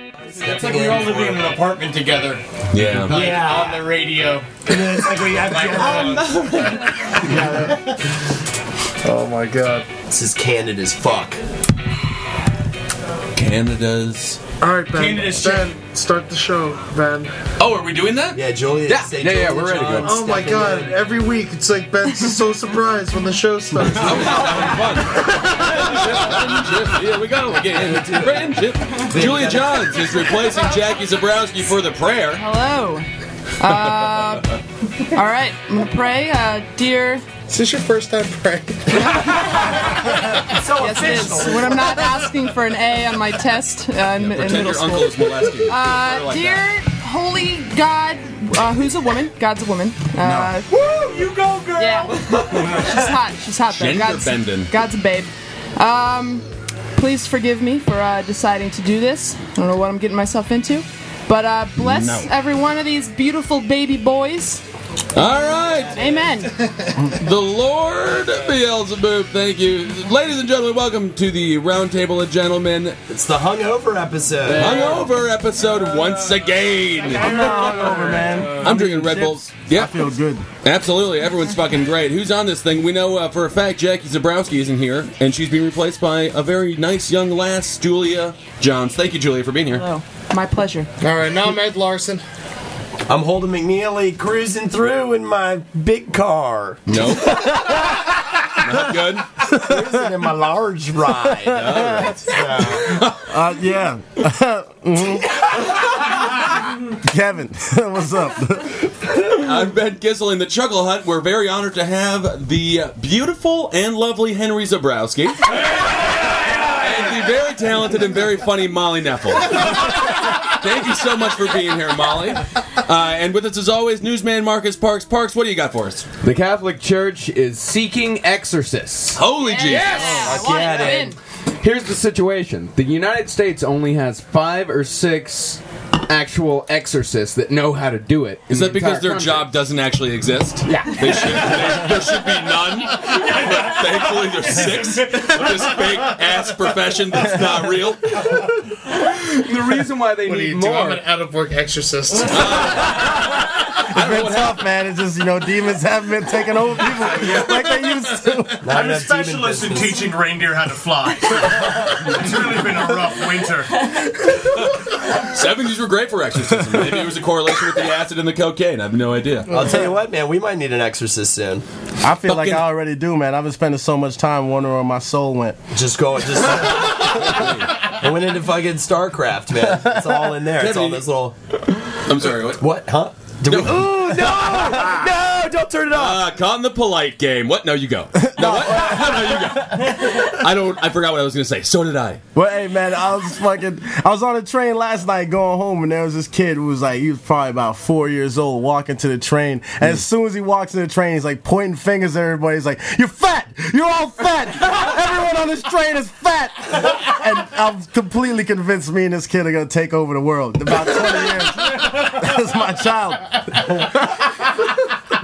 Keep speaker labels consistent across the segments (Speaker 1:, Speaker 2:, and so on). Speaker 1: like we were all living in an apartment together.
Speaker 2: Yeah.
Speaker 1: Like,
Speaker 3: Yeah.
Speaker 1: On the radio. um,
Speaker 3: And then it's like we have
Speaker 1: Microphones.
Speaker 4: Oh my god.
Speaker 5: This is candid as fuck.
Speaker 2: Canada's.
Speaker 4: All right, Ben.
Speaker 1: Canada's
Speaker 4: Ben, start the show, Ben.
Speaker 2: Oh, are we doing that?
Speaker 5: Yeah, Joliet.
Speaker 2: Yeah,
Speaker 5: say
Speaker 2: yeah, yeah,
Speaker 5: Joliet
Speaker 2: we're ready to go.
Speaker 5: John,
Speaker 4: Oh my
Speaker 5: Stephen
Speaker 4: god.
Speaker 5: Lang.
Speaker 4: Every week, it's like Ben's so surprised when the show starts.
Speaker 2: Here we go. We're getting into it. Brand ship. Julia Johns is replacing Jackie Zabrowski for the prayer.
Speaker 6: Hello. Uh, all right, I'm gonna pray. Uh, dear,
Speaker 4: Is this your first time praying?
Speaker 3: so
Speaker 6: yes, it is. When I'm not asking for an A on my test uh, in, in
Speaker 2: Pretend
Speaker 6: middle
Speaker 2: your
Speaker 6: school.
Speaker 2: uncle is molesting you.
Speaker 6: Uh, dear holy God, uh, who's a woman? God's a woman. Uh,
Speaker 3: Woo, you go, girl.
Speaker 6: Yeah, she's hot. She's hot. Though.
Speaker 2: Gender
Speaker 6: God's,
Speaker 2: bending.
Speaker 6: God's a babe. Um, please forgive me for uh, deciding to do this. I don't know what I'm getting myself into, but uh, bless
Speaker 2: No.
Speaker 6: every one of these beautiful baby boys.
Speaker 2: All right.
Speaker 6: Amen.
Speaker 2: The Lord Beelzebub. Thank you. Ladies and gentlemen, welcome to the Roundtable of Gentlemen
Speaker 5: It's the hungover episode.
Speaker 2: Hungover episode once again.
Speaker 3: I'm not hungover, man.
Speaker 2: I'm drinking Red Bulls.
Speaker 3: I
Speaker 2: Yeah,
Speaker 3: feel good.
Speaker 2: absolutely. Everyone's fucking great. Who's on this thing? We know uh, for a fact Jackie Zabrowski isn't here, and she's being replaced by a very nice young lass, Julia Johns. Thank you, Julia, for being here.
Speaker 6: Hello. My pleasure.
Speaker 4: All right, now I'm Ed Larson.
Speaker 5: I'm holding McNeely cruising through in my big car.
Speaker 2: No. Not good.
Speaker 5: Cruising in my large ride. So,
Speaker 4: Uh, yeah. Mhm. Kevin, what's up?
Speaker 2: I'm Ben Kissel in the Chuckle Hut. We're very honored to have the beautiful and lovely Henry Zabrowski. and the very talented and very funny Molly Neffel. Thank you so much for being here, Molly. Uh, and with us, as always, newsman Marcus Parks. Parks, what do you got for us?
Speaker 7: The Catholic Church is seeking exorcists.
Speaker 2: Holy Jesus.
Speaker 6: Yes.
Speaker 5: I get it.
Speaker 7: Here's the situation the United States only has five or six actual exorcists that know how to do it.
Speaker 2: Is that because their job doesn't actually exist?
Speaker 7: Yeah.
Speaker 2: They should, there, there should be none. But thankfully, there's six of this fake ass profession that's not real.
Speaker 7: The reason why they need more.
Speaker 4: out of work exorcist.
Speaker 2: I don't know what happened.
Speaker 4: man. It's just, you know, demons haven't been taking over people like they used to.
Speaker 1: I'm
Speaker 5: not
Speaker 1: a
Speaker 5: enough demon
Speaker 1: specialist in
Speaker 5: business.
Speaker 1: teaching reindeer how to fly. it's really been a rough winter.
Speaker 2: 70s were great for exorcism. Maybe it was a correlation with the acid and the cocaine. I have no idea.
Speaker 5: I'll tell you what, man, we might need an exorcist soon.
Speaker 8: I feel like
Speaker 2: Fucking-
Speaker 8: I already do, man. I've been spending so much time wondering where my soul went.
Speaker 5: Just go, just. I went into fucking StarCraft, man. It's all in there. It's all this little.
Speaker 2: I'm sorry. What?
Speaker 5: What? Huh? Did we- Ooh, no! no! Don't turn it off!
Speaker 2: Uh, caught in the polite game. What? No, you go. No, what? No, you go. I don't. I forgot what I was going to say. So did I.
Speaker 8: Well, hey, man, I was fucking. I was on a train last night going home, and there was this kid who was like, he was probably about four years old, walking to the train. And as soon as he walks in the train, he's like pointing fingers at everybody. He's like, "You're fat. You're all fat. Everyone on this train is fat." And I'm completely convinced me and this kid are gonna take over the world in about 20 years. That's my child.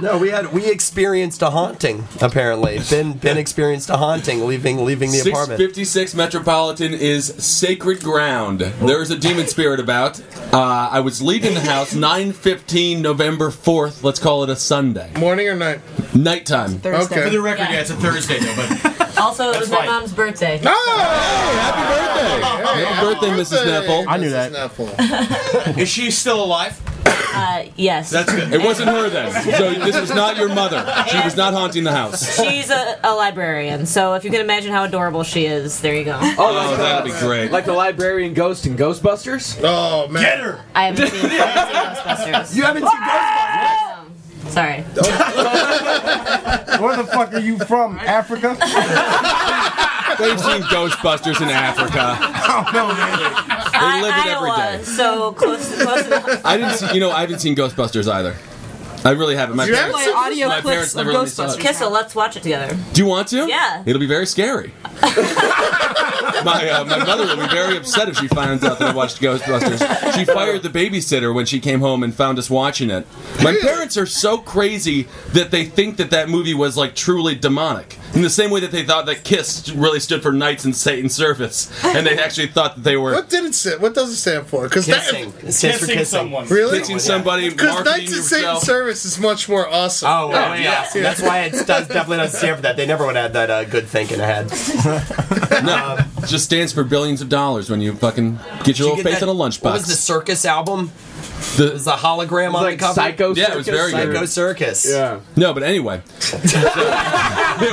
Speaker 5: No, we had we experienced a haunting. Apparently, Ben Ben experienced a haunting leaving leaving the apartment.
Speaker 2: 656 Metropolitan is sacred ground. There is a demon spirit about. Uh, I was leaving the house 9:15 November 4th. Let's call it a Sunday.
Speaker 4: Morning or night?
Speaker 2: Nighttime.
Speaker 6: Thursday.
Speaker 4: Okay.
Speaker 1: For the record, yeah, it's a Thursday though, but
Speaker 9: Also, it was my
Speaker 1: fine.
Speaker 9: mom's birthday.
Speaker 2: Happy birthday, Mrs. Neffel.
Speaker 8: I knew that.
Speaker 1: is she still alive?
Speaker 9: Uh, yes.
Speaker 1: That's good.
Speaker 2: It wasn't her then. So this was not your mother. She was not haunting the house.
Speaker 9: She's a, a librarian, so if you can imagine how adorable she is, there you go.
Speaker 7: Oh,
Speaker 2: Oh,
Speaker 7: like,
Speaker 2: that
Speaker 7: the,
Speaker 2: would be great.
Speaker 7: like the librarian ghost in Ghostbusters?
Speaker 4: Oh man.
Speaker 1: Get her.
Speaker 9: I haven't seen, I haven't seen Ghostbusters.
Speaker 5: You haven't seen Ghostbusters.
Speaker 9: Sorry.
Speaker 8: Where the fuck are you from? Africa?
Speaker 2: They've seen Ghostbusters in Africa.
Speaker 8: I don't know, man.
Speaker 2: They live it every
Speaker 9: Iowa,
Speaker 2: day.
Speaker 9: so close, close enough.
Speaker 2: I didn't see, you know, I haven't seen Ghostbusters either. I really haven't. My
Speaker 6: You
Speaker 2: parents,
Speaker 6: play audio
Speaker 2: my
Speaker 6: clips
Speaker 2: parents
Speaker 6: of
Speaker 2: never let me saw
Speaker 6: Ghostbusters.
Speaker 2: it.
Speaker 9: Kissel, let's watch it together.
Speaker 2: Do you want to?
Speaker 9: Yeah.
Speaker 2: It'll be very scary. my, uh, my mother will be very upset if she finds out that I watched Ghostbusters. She fired the babysitter when she came home and found us watching it. My parents are so crazy that they think that that movie was like truly demonic. In the same way that they thought that Kiss really stood for Knights and Satan's Service, and they actually thought that they were
Speaker 10: What did it stand? What does it stand for? Because
Speaker 5: Kissing.
Speaker 10: that
Speaker 5: It stands for kissing.
Speaker 1: someone.
Speaker 10: really
Speaker 2: kissing somebody,
Speaker 10: because
Speaker 2: marketing
Speaker 10: Knights and Satan
Speaker 2: yourself.
Speaker 10: Service is much more awesome.
Speaker 5: Oh, wow, yeah. That's why it does, definitely doesn't stand for that. They never would have that uh, good thinking ahead.
Speaker 2: No, it Uh, just stands for billions of dollars when you fucking get your little face in a
Speaker 5: What was the
Speaker 2: lunchbox.
Speaker 5: circus album?
Speaker 2: The-
Speaker 5: It was a hologram on
Speaker 7: like
Speaker 5: the cover.
Speaker 7: Psycho
Speaker 2: Yeah, it was
Speaker 7: Circus?
Speaker 2: very good.
Speaker 5: Psycho Circus.
Speaker 7: Yeah.
Speaker 2: no, but anyway, it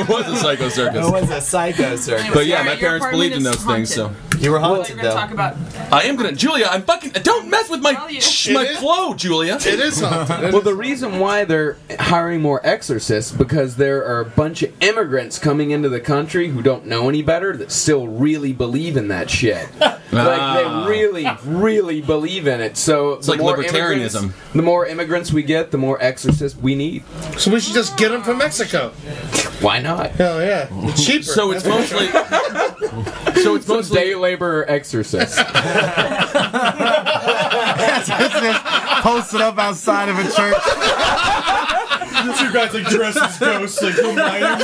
Speaker 2: was a psycho circus.
Speaker 5: It was a Psycho Circus.
Speaker 2: But yeah,
Speaker 6: Alright,
Speaker 2: my
Speaker 6: your
Speaker 2: parents believed in those
Speaker 6: apartment is
Speaker 2: things, so.
Speaker 6: haunted.
Speaker 5: You were haunted,
Speaker 6: We're gonna talk
Speaker 5: though.
Speaker 6: about.
Speaker 2: I am gonna, Julia. I'm fucking. Don't mess with my
Speaker 6: Well, you-
Speaker 2: sh- my
Speaker 10: It is-
Speaker 2: flow, Julia.
Speaker 10: It is haunted. It
Speaker 7: Well,
Speaker 10: is-
Speaker 7: the reason why they're hiring more exorcists because there are a bunch of immigrants coming into the country who don't know any better that still really believe in that shit.
Speaker 2: Ah.
Speaker 7: Like they really, really believe in it. So it's
Speaker 2: like libertarianism.
Speaker 7: The more immigrants we get, the more exorcists we need.
Speaker 10: so we should just get them from Mexico.
Speaker 7: Why not?
Speaker 10: Hell yeah, it's cheaper.
Speaker 2: So it's mostly. so it's
Speaker 7: Most day
Speaker 2: mostly.
Speaker 7: laborer exorcists.
Speaker 8: Posted up outside of a church.
Speaker 1: Two guys like dressed as ghosts, like go mining.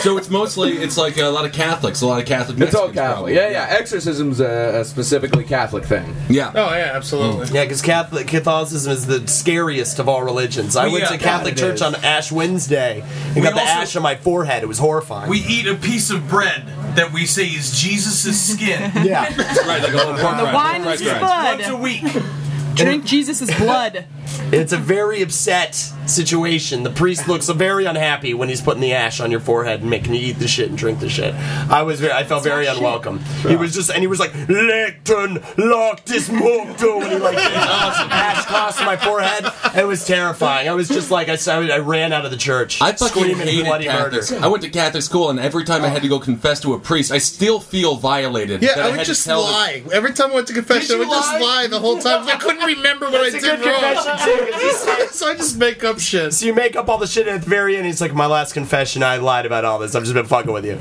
Speaker 2: So it's mostly. It's like a lot of Catholics, a lot of Catholic.
Speaker 7: it's all
Speaker 2: Mexicans, probably.
Speaker 7: Catholic. Yeah, yeah. Exorcism's a, a specifically Catholic thing.
Speaker 2: yeah.
Speaker 10: oh yeah, absolutely.
Speaker 5: Yeah, because Catholic Catholicism is the scariest of all religions. I
Speaker 2: Well,
Speaker 5: went
Speaker 2: yeah,
Speaker 5: to Catholic
Speaker 2: God, it
Speaker 5: church
Speaker 2: is.
Speaker 5: on Ash Wednesday and
Speaker 1: We
Speaker 5: got the
Speaker 1: also-
Speaker 5: ash on my forehead. It was horrifying.
Speaker 1: We eat a piece of bread that we say is Jesus' skin
Speaker 8: Yeah.
Speaker 2: Right, like a little pork rind,
Speaker 6: Wine
Speaker 2: pork
Speaker 6: is
Speaker 2: rind.
Speaker 1: once a
Speaker 6: blood.
Speaker 1: week.
Speaker 6: Drink Jesus' blood.
Speaker 5: It's a very upset situation. The priest looks very unhappy when he's putting the ash on your forehead and making you eat the shit and drink the shit. I was very, I felt very unwelcome. He was just, and he was like, Lecton, Loctis, Mocto, and he like ash across my forehead. It was terrifying. I was just like, I, I, I ran out of the church,
Speaker 2: I fucking
Speaker 5: screaming
Speaker 2: hated
Speaker 5: bloody murder.
Speaker 2: Catholics. I went to Catholic school, and every time I had to go confess to a priest, I still feel violated.
Speaker 10: Yeah,
Speaker 2: that
Speaker 10: I
Speaker 2: had
Speaker 10: would
Speaker 2: to
Speaker 10: just
Speaker 2: tell the-
Speaker 10: lie. Every time I went to confession,
Speaker 2: Did
Speaker 10: I would
Speaker 2: you
Speaker 10: just
Speaker 2: lie?
Speaker 10: lie the whole time. I couldn't remember what I did wrong. so I just make up shit.
Speaker 5: So you make up all the shit and at the very end. He's like, my last confession, I lied about all this. I've just been fucking with you.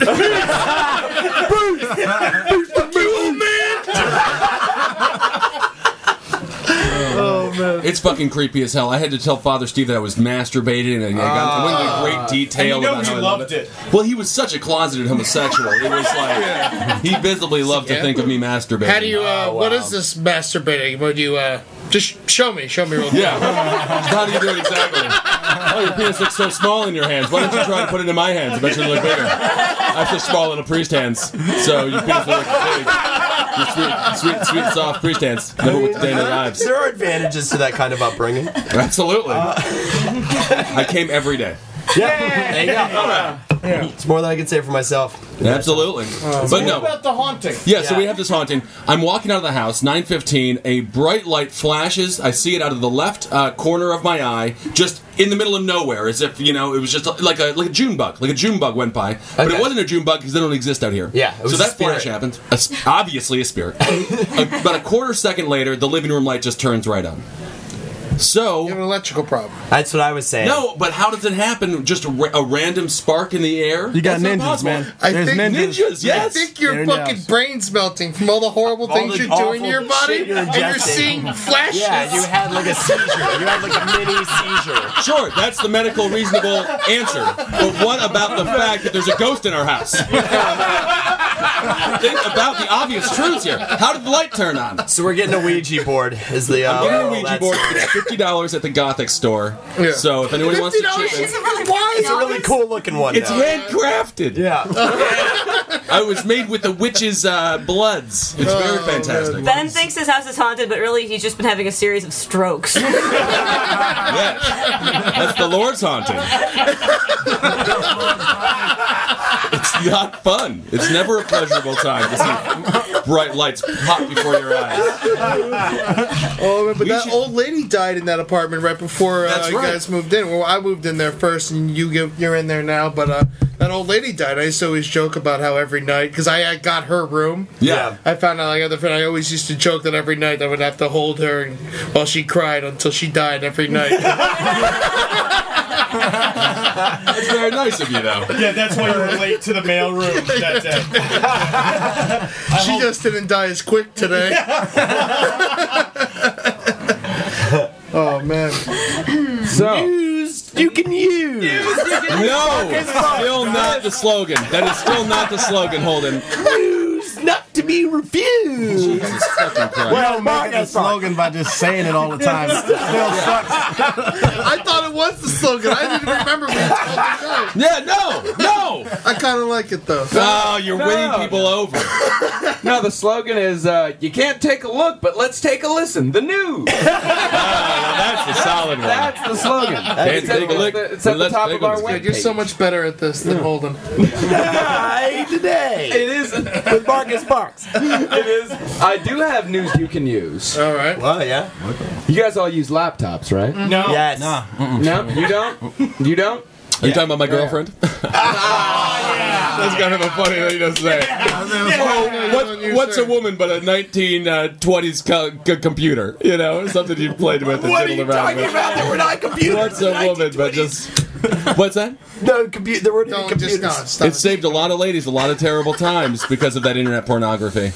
Speaker 2: It's fucking creepy as hell. I had to tell Father Steve that I was masturbating, and I, got, I
Speaker 10: Ah.
Speaker 2: went into great detail
Speaker 1: And you know
Speaker 2: about
Speaker 1: he
Speaker 2: how I
Speaker 1: loved
Speaker 2: loved
Speaker 1: it.
Speaker 2: Well, he was such a closeted homosexual. It was like he visibly loved to think of me masturbating.
Speaker 10: How do you? Uh, What is this masturbating? What do you? Uh, just show me. Show me real quick.
Speaker 2: Yeah. How do you do it exactly? Oh, your penis looks so small in your hands. Why don't you try to put it in my hands? I bet you look bigger. I'm so small in a priest hands, so your penis will look big. Your sweet, sweet, sweet, soft priest hands. Never with the day in their lives.
Speaker 5: there are advantages to that kind of upbringing.
Speaker 2: Absolutely. I came every day.
Speaker 5: There you go. It's more than I can say for myself.
Speaker 2: Absolutely. but no.
Speaker 1: About the haunting.
Speaker 2: Yeah, so
Speaker 5: Yeah.
Speaker 2: we have this haunting. I'm walking out of the house, 9:15. A bright light flashes. I see it out of the left uh, corner of my eye, just in the middle of nowhere, as if you know it was just like a like a June bug, like a June bug went by. But it
Speaker 5: Okay.
Speaker 2: wasn't a June bug because they don't exist out here.
Speaker 5: Yeah, it was
Speaker 2: so
Speaker 5: a
Speaker 2: that flash
Speaker 5: spirit.
Speaker 2: happened. A s obviously a spirit. A- about a quarter second later, the living room light just turns right on. So
Speaker 10: You have an electrical problem.
Speaker 5: That's what I was saying.
Speaker 2: no, but how does it happen? Just a, ra- a random spark in the air?
Speaker 8: You got
Speaker 2: That's not
Speaker 8: ninjas,
Speaker 2: possible.
Speaker 8: man.
Speaker 10: I
Speaker 8: There's
Speaker 10: think
Speaker 2: Ninjas,
Speaker 10: I
Speaker 2: yes.
Speaker 10: think your
Speaker 8: They're in the
Speaker 10: fucking
Speaker 8: house.
Speaker 10: brain's melting from all the horrible
Speaker 5: All
Speaker 10: things
Speaker 5: the
Speaker 10: you're doing
Speaker 5: awful
Speaker 10: to your body,
Speaker 5: shit you're
Speaker 10: and you're
Speaker 5: ingesting.
Speaker 10: seeing flashes.
Speaker 5: Yeah, you had like a seizure. You had like a mini seizure.
Speaker 2: Sure, that's the medical reasonable answer. But what about the fact that there's a ghost in our house? Think about the obvious truths here. How did the light turn on?
Speaker 5: So we're getting a Ouija board. Is the uh,
Speaker 2: Get a
Speaker 5: well,
Speaker 2: Ouija
Speaker 5: that's-
Speaker 2: board. It's fifty dollars at the Gothic store.
Speaker 10: Yeah.
Speaker 2: So if anyone wants to chip in,
Speaker 5: Why? It's a really cool looking one.
Speaker 2: it's
Speaker 5: though.
Speaker 2: handcrafted.
Speaker 5: yeah.
Speaker 2: I was made with the witch's uh, bloods. It's
Speaker 5: Oh,
Speaker 2: very fantastic.
Speaker 9: Ben thinks his house is haunted, but really he's just been having a series of strokes.
Speaker 2: Yes. That's the Lord's haunting. it's not fun. It's never a pleasurable time to see bright lights pop before your eyes.
Speaker 10: Oh, but
Speaker 2: We
Speaker 10: that
Speaker 2: should-
Speaker 10: old lady died in that apartment right before uh,
Speaker 2: That's
Speaker 10: you
Speaker 2: right.
Speaker 10: guys moved in. Well, I moved in there first, and you give, you're in there now. But uh, that That old lady died. I used to always joke about how every night, because I, I got her room.
Speaker 2: Yeah.
Speaker 10: I found out I got the friend. I always used to joke that every night I would have to hold her and, while she cried until she died every night.
Speaker 2: That's very nice of you, though.
Speaker 1: Yeah, that's why you were late to the mail room that day.
Speaker 10: she just didn't die as quick today. oh man.
Speaker 7: So
Speaker 5: Used, you can use.
Speaker 2: No, still not the slogan. That is still not the slogan, Holden.
Speaker 5: Used, not to be refused.
Speaker 2: Jesus fucking Christ.
Speaker 8: Well, make it a slogan by just saying it all the time. Still sucks.
Speaker 10: I thought it was the slogan. I didn't remember what it was.
Speaker 2: yeah, no, no.
Speaker 10: I kind of like it though.
Speaker 2: Oh, you're winning people over.
Speaker 7: now the slogan is uh, "You can't take a look, but let's take a listen." The news.
Speaker 2: Ah, That's the solid one.
Speaker 7: That's the slogan. It's at-
Speaker 2: take a look,
Speaker 7: it's at- It's at the
Speaker 2: let's
Speaker 7: top
Speaker 2: take
Speaker 7: of
Speaker 2: a
Speaker 7: our
Speaker 2: look.
Speaker 7: webpage.
Speaker 10: You're so much better at this than Holden.
Speaker 5: Die today.
Speaker 7: It is.
Speaker 5: With Marcus Parks.
Speaker 7: It is. I do have news you can use.
Speaker 10: All right.
Speaker 5: Well, yeah.
Speaker 7: You guys all use laptops, right?
Speaker 1: No.
Speaker 5: Yes.
Speaker 7: No, you don't. You don't.
Speaker 2: Are you talking about my girlfriend? That's kind of a funny thing to say. Oh, what, what's a woman but a 1920s co- co- computer? You know, something you played with and
Speaker 5: What are you
Speaker 2: diddled around
Speaker 5: talking
Speaker 2: with.
Speaker 5: about? There were not computers.
Speaker 2: What's a woman but just. What's that?
Speaker 5: No computer. There weren't any
Speaker 10: Don't just no,
Speaker 5: computers.
Speaker 10: stop.
Speaker 2: It saved a lot of ladies a lot of terrible times because of that internet pornography.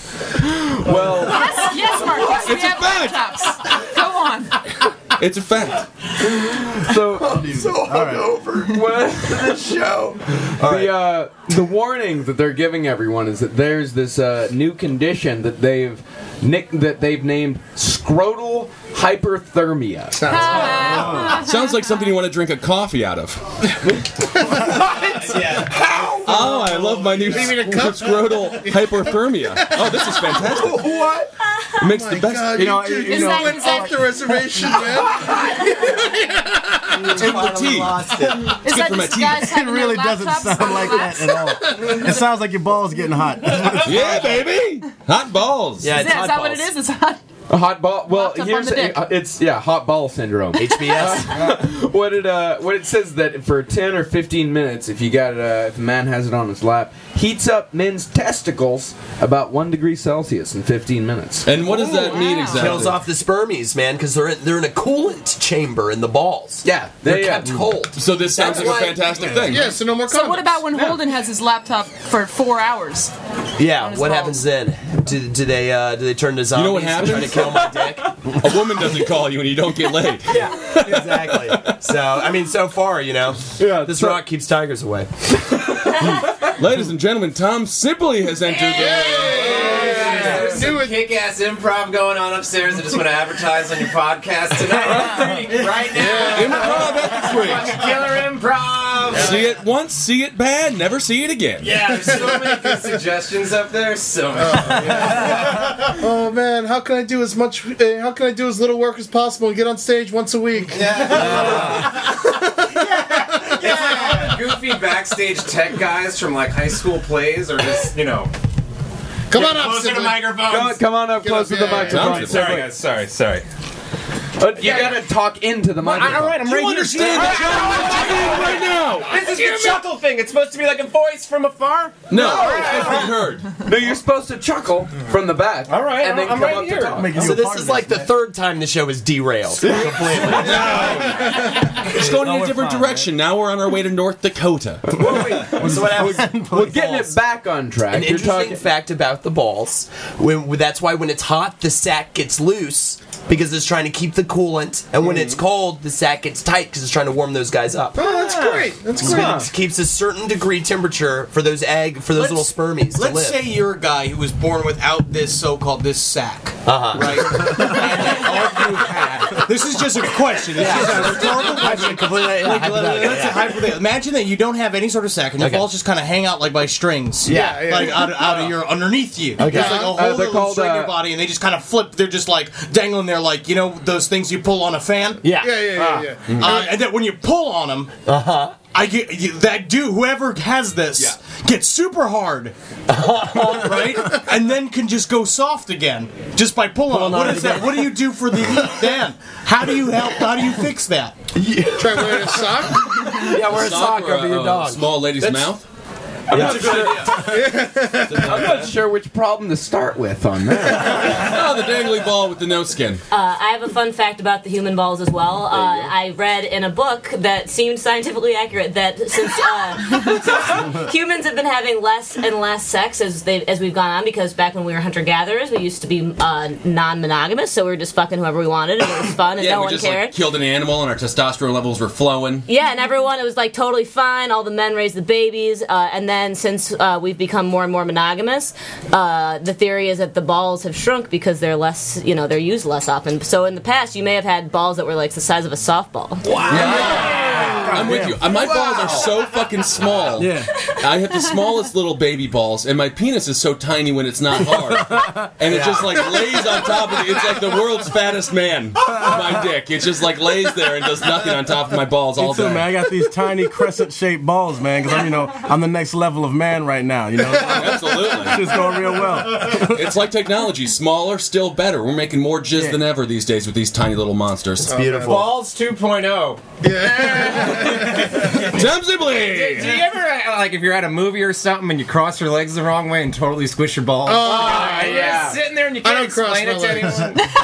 Speaker 7: Well,
Speaker 6: Yes, yes, Marcus. we
Speaker 2: It's a
Speaker 6: have
Speaker 2: fact.
Speaker 6: laptops. Go on.
Speaker 2: It's a fact.
Speaker 7: so
Speaker 5: So hungover
Speaker 7: well,
Speaker 5: this show.
Speaker 7: the uh, the warning that they're giving everyone is that there's this uh, new condition that they've nick that they've named scrotal hyperthermia.
Speaker 2: Sounds like something you want to drink a coffee out of.
Speaker 1: Yeah.
Speaker 2: Oh, I love my new
Speaker 10: mean a cup?
Speaker 2: scrotal hyperthermia. Oh, this is fantastic.
Speaker 5: What?
Speaker 2: It makes the
Speaker 10: My
Speaker 2: best.
Speaker 10: God,
Speaker 8: You
Speaker 10: you,
Speaker 8: know,
Speaker 10: two-
Speaker 8: you
Speaker 10: you
Speaker 8: know-
Speaker 10: went off the reservation, man.
Speaker 2: in the tea.
Speaker 6: Is
Speaker 2: good
Speaker 6: that
Speaker 2: for my
Speaker 6: just
Speaker 2: teeth.
Speaker 6: guys
Speaker 8: It
Speaker 6: having
Speaker 8: really
Speaker 6: their
Speaker 8: doesn't
Speaker 6: laptops
Speaker 8: sound
Speaker 6: on
Speaker 8: like
Speaker 6: the
Speaker 8: that at all. It sounds like your balls getting hot.
Speaker 2: Yeah, baby. Hot balls.
Speaker 5: Yeah,
Speaker 6: Is
Speaker 5: it's
Speaker 6: that, is that what it is? It's hot.
Speaker 7: A hot ball. Well,
Speaker 6: Laptop on
Speaker 7: here's
Speaker 6: the dick.
Speaker 7: uh, it's yeah, hot ball syndrome.
Speaker 5: HBS.
Speaker 7: what it uh, what it says that for ten or fifteen minutes, if you got uh, if a man has it on his lap, heats up men's testicles about one degree Celsius in fifteen minutes.
Speaker 2: And what does that mean
Speaker 6: wow.
Speaker 2: exactly?
Speaker 5: Kills off the spermies, man, because they're in, they're in a coolant chamber in the balls.
Speaker 7: Yeah,
Speaker 5: they're
Speaker 7: they-
Speaker 5: kept cold.
Speaker 2: So this sounds
Speaker 5: That's
Speaker 2: like a
Speaker 5: why-
Speaker 2: fantastic thing.
Speaker 10: Yeah, so no more.
Speaker 6: So what
Speaker 10: condoms.
Speaker 6: about when Holden has his laptop for four hours?
Speaker 5: Yeah,
Speaker 6: On his
Speaker 5: what
Speaker 6: balls.
Speaker 5: happens then? Do, do they uh, do they turn to zombies?
Speaker 2: know what
Speaker 5: and Try to
Speaker 2: happens?
Speaker 5: kill my dick.
Speaker 2: A woman doesn't call you and you don't get laid.
Speaker 5: yeah, exactly. So I mean, so far, you know,
Speaker 7: Yeah,
Speaker 5: this
Speaker 7: so-
Speaker 5: rock keeps tigers away.
Speaker 2: Ladies and gentlemen, Tom Sibley has entered
Speaker 10: There's some
Speaker 11: kick-ass improv going on upstairs. I just want to advertise on your podcast tonight, right now.
Speaker 2: the improv ethics week.
Speaker 11: Killer improv.
Speaker 2: See it once, see it bad, never see it again.
Speaker 11: Yeah, there's so many good suggestions up there. So many.
Speaker 10: Oh man, how can I do as much? Uh, how can I do as little work as possible and get on stage once a week?
Speaker 11: goofy backstage tech guys from like high school plays, or just you know.
Speaker 10: Come on up,
Speaker 1: Closer to
Speaker 10: Sibley.
Speaker 7: Come,
Speaker 1: microphones.
Speaker 7: come on up close with the
Speaker 10: yeah, yeah,
Speaker 2: yeah.
Speaker 7: microphone.
Speaker 2: Sounds
Speaker 7: Sorry,
Speaker 2: good.
Speaker 7: guys.
Speaker 11: Sorry, sorry.
Speaker 7: Uh, you gotta talk into the microphone.
Speaker 11: I'm
Speaker 2: You understand that's not what you're doing right now?
Speaker 11: This is the chuckle thing. It's supposed to be like a voice from afar.
Speaker 2: No, it's supposed to be heard.
Speaker 7: No, you're supposed to chuckle from the back. All
Speaker 11: right,
Speaker 7: and then
Speaker 11: I'm-
Speaker 7: come
Speaker 11: I'm right
Speaker 7: up
Speaker 11: here.
Speaker 7: to talk.
Speaker 8: Making you
Speaker 5: So
Speaker 8: a
Speaker 5: this
Speaker 8: part of
Speaker 5: is like the
Speaker 8: man.
Speaker 5: third time the show is derailed. Completely.
Speaker 2: It's going in a different direction. Now we're on our way to North Dakota.
Speaker 5: so what happens?
Speaker 7: We're getting it back on track.
Speaker 5: An
Speaker 7: you're
Speaker 5: interesting
Speaker 7: talking.
Speaker 5: fact about the balls. When, when- that's why when it's hot, the sack gets loose because it's trying to keep the coolant, and when it's cold, the sack gets tight because it's trying to warm those guys up.
Speaker 10: Oh, that's great. That's great.
Speaker 5: It keeps a certain degree temperature for those egg for those
Speaker 11: Let's-
Speaker 5: little spermies to live.
Speaker 11: Let's say you're a guy who was born without this so-called this sack, uh-huh. right? and then all you had.
Speaker 1: This is just a question. This is a rhetorical question.
Speaker 5: Completely-
Speaker 11: Like,
Speaker 5: yeah,
Speaker 11: let- let's
Speaker 5: hypothetical, yeah.
Speaker 11: hypothetical- Imagine that you don't have any sort of sack, and your
Speaker 5: Okay.
Speaker 11: balls just kind of hang out like by strings.
Speaker 10: Yeah, yeah,
Speaker 11: like
Speaker 10: yeah.
Speaker 11: out, out of your underneath you. Okay. There's like a whole
Speaker 7: they're
Speaker 11: little
Speaker 7: called,
Speaker 11: string in your
Speaker 7: uh,
Speaker 11: body, and they just kind of flip. They're just like dangling there, like you know those things you pull on a fan.
Speaker 5: Yeah.
Speaker 10: Yeah, yeah, yeah, yeah.
Speaker 11: Uh, and that when you pull on them, uh huh. I get you, that dude. Whoever has this gets super hard, right? And then can just go soft again just by pulling. on. it. What
Speaker 5: on it
Speaker 11: is that? What do you do for the heat then? How do you help? How do you fix that?
Speaker 10: Try wearing a sock.
Speaker 5: Yeah, wear a sock
Speaker 2: Or a-
Speaker 5: over your
Speaker 2: a
Speaker 5: dog.
Speaker 2: Uh, Small lady's
Speaker 5: That's-
Speaker 2: mouth.
Speaker 7: I'm not sure- I'm not sure which problem to start with on that.
Speaker 2: oh, the dangly ball with the no skin.
Speaker 9: Uh, I have a fun fact about the human balls as well. Uh, I read in a book that seemed scientifically accurate that since, uh, since humans have been having less and less sex as they as we've gone on, because back when we were hunter gatherers, we used to be uh, non-monogamous, so we were just fucking whoever we wanted, and it was fun, and
Speaker 2: yeah,
Speaker 9: no
Speaker 2: we
Speaker 9: one
Speaker 2: just
Speaker 9: cared.
Speaker 2: like killed an animal and our testosterone levels were flowing.
Speaker 9: Yeah, and everyone, it was like totally fine. All the men raised the babies. Uh, and then since uh, we've become more and more monogamous, uh, the theory is that the balls have shrunk because they're less, you know, they're used less often. So in the past, you may have had balls that were like the size of a softball. Wow.
Speaker 2: I'm with you. Uh, My balls are so fucking small. Yeah. I have the smallest little baby balls, and my penis is so tiny when it's not hard. And it just like lays on top of it. It's like the world's fattest man, my dick. It just like lays there and does nothing on top of my balls all
Speaker 4: You too,
Speaker 2: day.
Speaker 4: man. I got these tiny crescent-shaped balls, man. Because I'm, you know, I'm the next level of man right now. You know,
Speaker 2: Absolutely.
Speaker 4: It's going real well.
Speaker 2: It's like technology. Smaller, still better. We're making more jizz than ever these days with these tiny little monsters. It's
Speaker 12: Balls 2.0.
Speaker 2: Tom Sibley!
Speaker 12: Do, do you ever, uh, like, if you're at a movie or something and you cross your legs the wrong way and totally squish your balls?
Speaker 10: Oh,
Speaker 12: You're
Speaker 10: yeah.
Speaker 12: just sitting there and you can't explain it to anyone.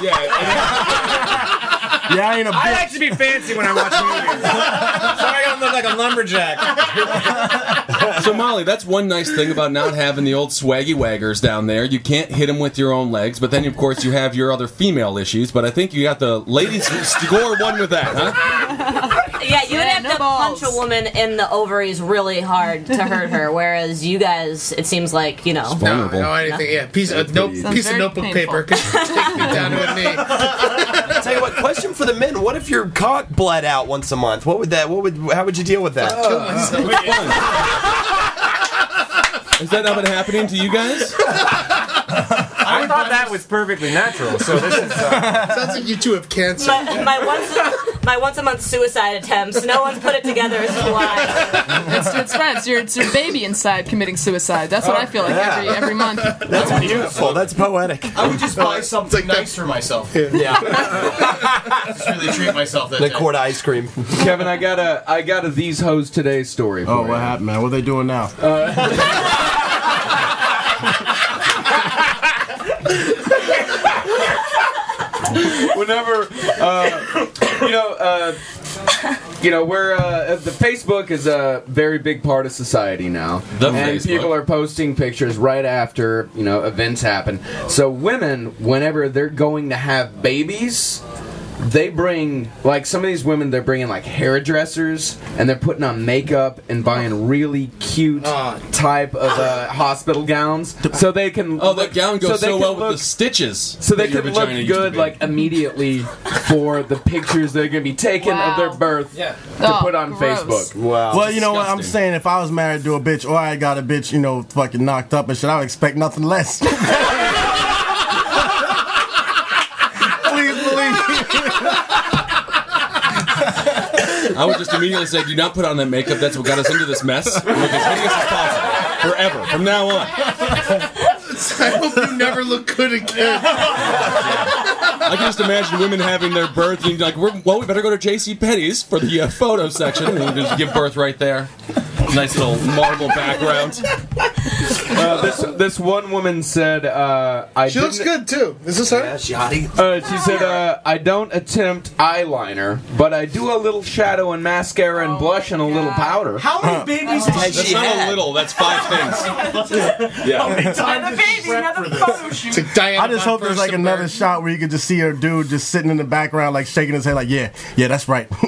Speaker 4: Yeah, I ain't a
Speaker 12: I like to be fancy when I watch movies. so I don't look like a lumberjack.
Speaker 2: So Molly, that's one nice thing about not having the old swaggy waggers down there. You can't hit them with your own legs, but then of course you have your other female issues. But I think you got the ladies score one with that, huh?
Speaker 9: Yeah, you would have to punch a woman in the ovaries really hard to hurt her, whereas you guys, it seems like, you know.
Speaker 10: No, no, anything. Yeah, piece of note,
Speaker 9: Sounds
Speaker 10: piece of
Speaker 9: very
Speaker 10: notebook
Speaker 9: painful.
Speaker 10: paper. Could you take me down to a knee?
Speaker 5: Tell you what, question for the men: What if your cock bled out once a month? What would that? What would? How would you deal with that?
Speaker 2: Has that not been happening to you guys?
Speaker 12: I thought that was perfectly natural, so this is. Uh,
Speaker 10: Sounds like you two have cancer.
Speaker 9: My, my once a, my once a month suicide attempts. No one's put it together as to why.
Speaker 6: It's, it's fine. It's your, it's your baby inside committing suicide. That's what I feel like
Speaker 5: yeah.
Speaker 6: every, every month.
Speaker 5: That's beautiful. That's poetic.
Speaker 11: I would just buy something nice for myself.
Speaker 5: Yeah.
Speaker 11: Just really treat myself that
Speaker 5: Like
Speaker 11: day.
Speaker 5: quart ice cream.
Speaker 7: Kevin, I got a I got a these hoes today story. For
Speaker 4: Oh, what
Speaker 7: you. Uh,
Speaker 4: happened, man? What they doing now?
Speaker 7: whenever uh, you know uh, you know we're uh, the facebook is a very big part of society now
Speaker 2: The
Speaker 7: and
Speaker 2: Facebook.
Speaker 7: people are posting pictures right after you know events happen so women whenever they're going to have babies they bring like some of these women they're bringing like hairdressers and they're putting on makeup and buying really cute type of uh, hospital gowns so they can
Speaker 2: Oh, that gown goes so,
Speaker 7: they can
Speaker 2: well with
Speaker 7: look-
Speaker 2: the stitches.
Speaker 7: so they
Speaker 2: that your
Speaker 7: could look
Speaker 2: vagina used to
Speaker 7: good
Speaker 2: be.
Speaker 7: like immediately for the pictures they're going to be taking of their birth to
Speaker 6: Oh,
Speaker 7: put on
Speaker 6: gross.
Speaker 7: Facebook.
Speaker 5: Wow.
Speaker 4: Well, you know what I'm saying. If I was married to a bitch, or I got a bitch, you know, fucking knocked up and shit, I would expect nothing less. Please believe me.
Speaker 2: I would just immediately say, "Do not put on that makeup. That's what got us into this mess. Make as hideous as possible forever from now on."
Speaker 10: I hope you never look good again.
Speaker 2: I can just imagine women having their birth and like, we're, well, we better go to J.C. Penney's for the uh, photo section and we'll just give birth right there. Nice little marble background.
Speaker 7: Uh, this this one woman said, uh, "I
Speaker 10: She looks
Speaker 7: didn't-
Speaker 10: good too. Is this her?
Speaker 7: Uh, she said, uh, "I don't attempt eyeliner, but I do a little shadow and mascara
Speaker 6: Oh
Speaker 7: and blush and a little powder."
Speaker 11: How many babies has
Speaker 2: That's
Speaker 11: she
Speaker 2: not
Speaker 11: had?
Speaker 2: a little. That's five things. Yeah.
Speaker 11: Another baby, another photo
Speaker 10: It's
Speaker 11: shoot.
Speaker 10: like Diana
Speaker 4: I just
Speaker 10: von
Speaker 4: hope there's like
Speaker 10: Furstenberg.
Speaker 4: another shot where you could just see her dude just sitting in the background, like shaking his head, like, yeah, yeah, that's right.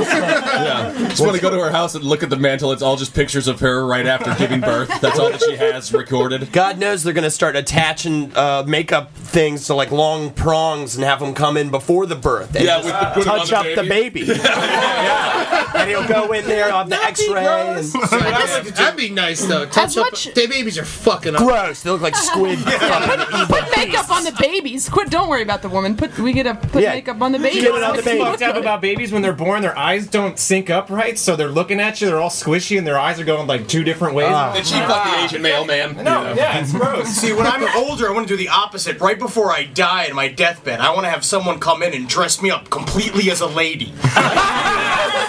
Speaker 2: yeah. Just want to go to her house and look at the mantle. It's all just pictures of her right after giving birth. That's all that she has recorded.
Speaker 5: God knows they're going to start attaching uh, makeup things to like long prongs and have them come in before the birth. And
Speaker 2: Yeah,
Speaker 5: just
Speaker 2: with the put 'em on
Speaker 5: touch up the baby. Yeah. And he'll go in there on the X-ray. and-
Speaker 10: That'd be nice though. Touch up.
Speaker 6: much-
Speaker 10: They babies are fucking up.
Speaker 5: Gross. They look like squid.
Speaker 6: Put makeup on the babies. Quit. Don't worry about the woman. Put we get to put
Speaker 5: Yeah.
Speaker 6: makeup on the babies.
Speaker 12: You know what's
Speaker 6: Look
Speaker 12: fucked up
Speaker 6: good.
Speaker 12: about babies when they're born? Their eyes don't sync up right, so they're looking at you. They're all squishy, and their eyes are going like two different ways.
Speaker 2: Did she fuck
Speaker 11: Ah.
Speaker 2: the Asian mailman?
Speaker 12: no, yeah, it's gross.
Speaker 11: See, when I'm older, I want to do the opposite. Right before I die in my deathbed, I want to have someone come in and dress me up completely as a lady.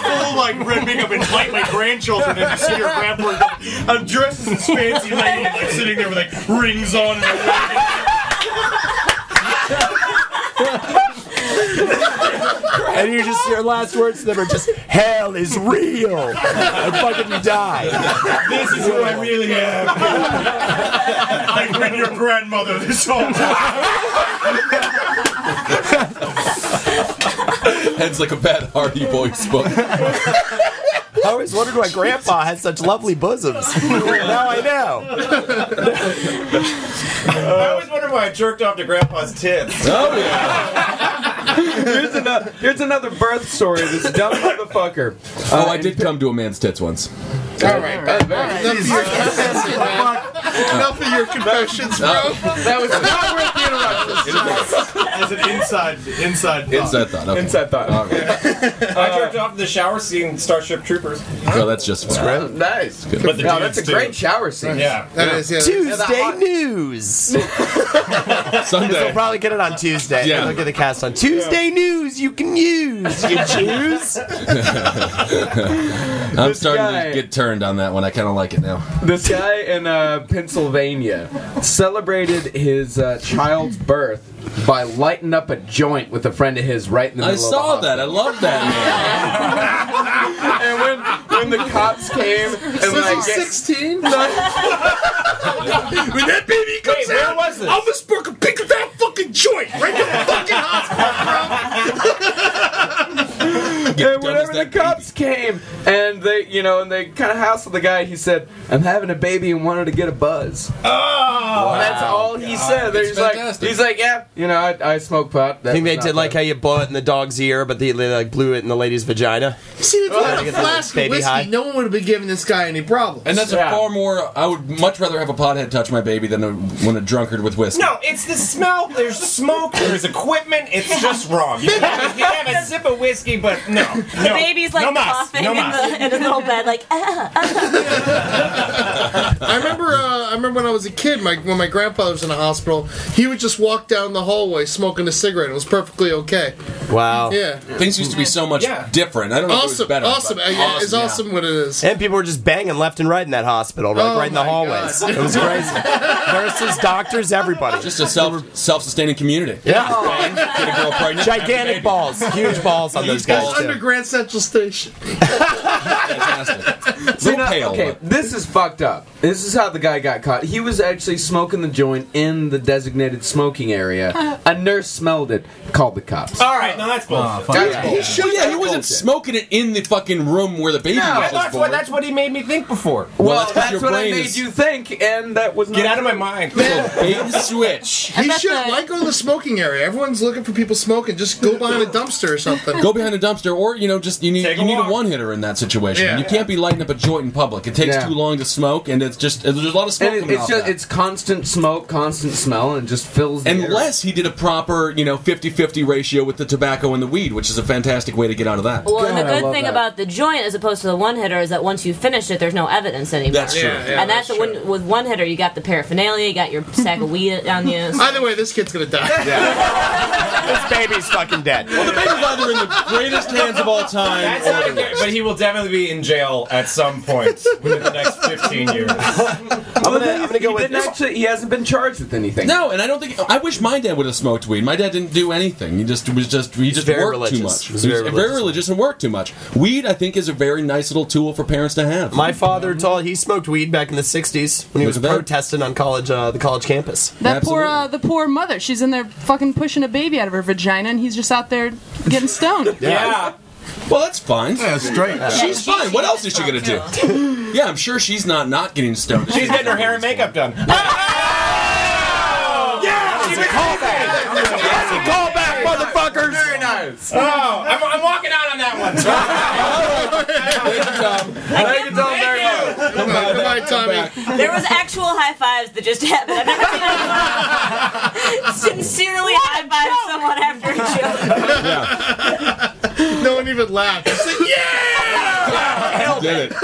Speaker 11: Full like red makeup and invite my grandchildren in to see her grandpa.
Speaker 1: I'm dressed as fancy lady, like sitting there with like rings on. And
Speaker 5: and you just your last words to them are just hell is real and fucking you die.
Speaker 1: This is who I really am. I've been your grandmother this whole time.
Speaker 2: Heads like a bad Hardy Boys book.
Speaker 5: I always wondered why Grandpa had such lovely bosoms. now I know.
Speaker 12: I always wondered why I jerked off to Grandpa's tits.
Speaker 7: Oh, here's another here's another birth story of this dumb motherfucker.
Speaker 2: Oh, I did come to a man's tits once.
Speaker 10: All right. All right. Enough of your confessions, bro. Enough of your confessions, bro.
Speaker 7: That was not worth the
Speaker 12: interruption. As an inside, inside, thought.
Speaker 2: Inside thought. Okay.
Speaker 7: Inside thought.
Speaker 12: I
Speaker 2: Uh,
Speaker 12: jerked off in the shower scene, Starship Troopers.
Speaker 2: Oh, that's just
Speaker 7: Uh, nice.
Speaker 2: Good.
Speaker 7: But
Speaker 2: But
Speaker 7: the
Speaker 2: the
Speaker 7: no, that's a
Speaker 2: dudes
Speaker 7: great
Speaker 2: do.
Speaker 7: shower scene.
Speaker 12: Yeah.
Speaker 10: That is, yeah.
Speaker 5: Tuesday news.
Speaker 2: Sunday.
Speaker 5: They'll probably get it on Tuesday.
Speaker 2: Yeah.
Speaker 5: Yeah. They'll get the cast on Tuesday news. You can use. You can choose.
Speaker 2: I'm
Speaker 7: This
Speaker 2: starting
Speaker 7: guy-
Speaker 2: to get turned on that one. I kind of like it now.
Speaker 7: This guy in uh, Pennsylvania celebrated his uh, child's birth by lighting up a joint with a friend of his right in the
Speaker 2: I
Speaker 7: middle
Speaker 2: saw
Speaker 7: of the
Speaker 2: that. I love that
Speaker 7: hospital. And when, when the cops came and like, get-
Speaker 10: 16?
Speaker 1: when that baby comes
Speaker 7: where
Speaker 1: out,
Speaker 7: was this?
Speaker 1: I'm gonna spark a pick of that fucking joint right in the fucking
Speaker 7: and whenever the cops came and they, you know, and they kind of hassled the guy, he said, "I'm having a baby and wanted to get a buzz." Oh,
Speaker 2: Ah.
Speaker 7: that's all he said. They're just like, he's like, "Yeah, you know, I, I smoke pot."
Speaker 5: I
Speaker 7: That
Speaker 5: think
Speaker 7: was
Speaker 5: they
Speaker 7: not
Speaker 5: did like how you blow it in the dog's ear, but they like blew it in the lady's vagina.
Speaker 10: See, if you
Speaker 5: Well,
Speaker 10: had
Speaker 5: I
Speaker 10: a
Speaker 5: guess it's
Speaker 10: flask
Speaker 5: baby
Speaker 10: of whiskey,
Speaker 5: high.
Speaker 10: no one would have been giving this guy any problems.
Speaker 2: And that's
Speaker 7: Yeah.
Speaker 2: a far more. I would much rather have a pothead touch my baby than a, when a drunkard with whiskey.
Speaker 12: No, it's the smell. There's smoke. There's equipment. It's just wrong. You can have, you can have a sip of whiskey, but no,
Speaker 9: The
Speaker 12: no.
Speaker 9: baby's like
Speaker 12: no mas,
Speaker 9: coughing
Speaker 12: no
Speaker 9: in,
Speaker 12: mas.
Speaker 9: the, in his little bed, like, ah,
Speaker 10: I remember. Uh, I remember when I was a kid. My when my grandfather was in the hospital, he would just walk down the hallway smoking a cigarette. It was perfectly okay.
Speaker 5: Wow.
Speaker 10: Yeah.
Speaker 2: Things used to be so much
Speaker 12: Yeah.
Speaker 2: different. I don't know if it was
Speaker 10: Awesome.
Speaker 2: better.
Speaker 10: Awesome.
Speaker 2: but-
Speaker 10: Uh, yeah, It's awesome what it is.
Speaker 5: And people were just banging left and right in that hospital, like
Speaker 10: Oh
Speaker 5: right in the
Speaker 10: my
Speaker 5: hallways.
Speaker 10: God.
Speaker 5: It was crazy. Nurses, doctors, everybody.
Speaker 2: Just a self self sustaining community.
Speaker 5: yeah.
Speaker 2: Get a girl pregnant.
Speaker 5: Gigantic
Speaker 2: ball.
Speaker 5: balls, huge balls on those guys.
Speaker 10: It's under
Speaker 5: Too.
Speaker 10: Grand Central Station.
Speaker 2: Fantastic.
Speaker 7: So
Speaker 2: Little
Speaker 7: now-
Speaker 2: pale.
Speaker 7: okay, this is fucked up. This is how the guy got caught. He was actually smoking the joint in the designated smoking area. A nurse smelled it, called the cops.
Speaker 12: All right, no, that's bullshit.
Speaker 2: He should, yeah, he wasn't smoking it in the fucking room where the baby
Speaker 12: No,
Speaker 2: was
Speaker 12: that's
Speaker 2: born.
Speaker 12: what, that's what he made me think before.
Speaker 2: well,
Speaker 7: well,
Speaker 2: that's 'cause
Speaker 7: that's
Speaker 2: your
Speaker 7: what I
Speaker 2: brain
Speaker 7: made
Speaker 2: is-
Speaker 7: you think, and that was
Speaker 12: Get
Speaker 7: not
Speaker 12: out of my mind.
Speaker 2: Bait and switch.
Speaker 10: He
Speaker 6: bet
Speaker 10: should
Speaker 6: the-
Speaker 10: like go to the smoking area. Everyone's looking for people smoking. Just go behind a dumpster or something.
Speaker 2: Go behind a dumpster, or you know, just you need
Speaker 12: Take a
Speaker 2: you need a
Speaker 12: walk.
Speaker 2: one hitter in that situation.
Speaker 10: Yeah.
Speaker 2: You can't be lighting up a joint in public. It takes
Speaker 7: Yeah.
Speaker 2: too long to smoke, and it's just there's a lot of smoke
Speaker 7: And it,
Speaker 2: coming
Speaker 7: it's
Speaker 2: off
Speaker 7: just
Speaker 2: that.
Speaker 7: it's constant smoke, constant smell, and it just fills. The air.
Speaker 2: Unless he did a proper, you know, 50-50 ratio with the tobacco and the weed, which is a fantastic way to get out of that.
Speaker 9: Well, and the
Speaker 7: God, I
Speaker 9: good
Speaker 7: love
Speaker 9: thing
Speaker 7: that.
Speaker 9: about the joint as opposed to the one hitter is that once you finish it, there's no evidence anymore.
Speaker 2: That's true.
Speaker 10: Yeah, yeah,
Speaker 9: and that's, the one with one hitter, you got the paraphernalia, you got your sack of weed on you. So-
Speaker 10: Either way, this kid's gonna die.
Speaker 5: This baby's fucking dead.
Speaker 2: Well, the baby's either in the greatest hands of all time.
Speaker 12: That's not a good- but he will definitely be in jail at some point within the next 15 years.
Speaker 7: I'm gonna, I'm gonna he
Speaker 5: go with
Speaker 7: didn't
Speaker 5: this.
Speaker 7: Actually, he hasn't been charged with anything.
Speaker 2: No, and I don't think I wish my dad would have smoked weed. My dad didn't do anything. He just was just he just
Speaker 5: very
Speaker 2: worked
Speaker 5: religious.
Speaker 2: too much.
Speaker 5: He was
Speaker 2: He
Speaker 5: very
Speaker 2: was
Speaker 5: religious.
Speaker 2: and worked too much. Weed, I think, is a very nice little tool for parents to have.
Speaker 5: My father told he smoked weed back in the '60s when he was
Speaker 2: Look at that.
Speaker 5: protesting on college uh, the college campus.
Speaker 6: That poor, uh,
Speaker 2: Absolutely.
Speaker 6: the poor mother. She's in there fucking pushing a baby out of her vagina, and he's just out there getting stoned.
Speaker 12: Yeah.
Speaker 2: well, that's fine.
Speaker 4: Yeah, straight.
Speaker 2: She's
Speaker 9: she-
Speaker 2: fine.
Speaker 9: she
Speaker 2: What
Speaker 9: gets
Speaker 2: else is she gonna do?
Speaker 9: drunk,
Speaker 2: yeah, I'm sure she's not not getting stoned.
Speaker 12: She's getting her hair and makeup done.
Speaker 5: That's a callback, motherfuckers. Very nice.
Speaker 12: Oh, I'm, I'm walking out on that one.
Speaker 7: Thank you, Tom, very much.
Speaker 10: Goodbye, goodbye, Tommy.
Speaker 9: There was actual high fives that just happened. I've never seen anyone sincerely high five someone after a joke.
Speaker 10: No one even laughed. Just like, yeah!
Speaker 2: Hell did it.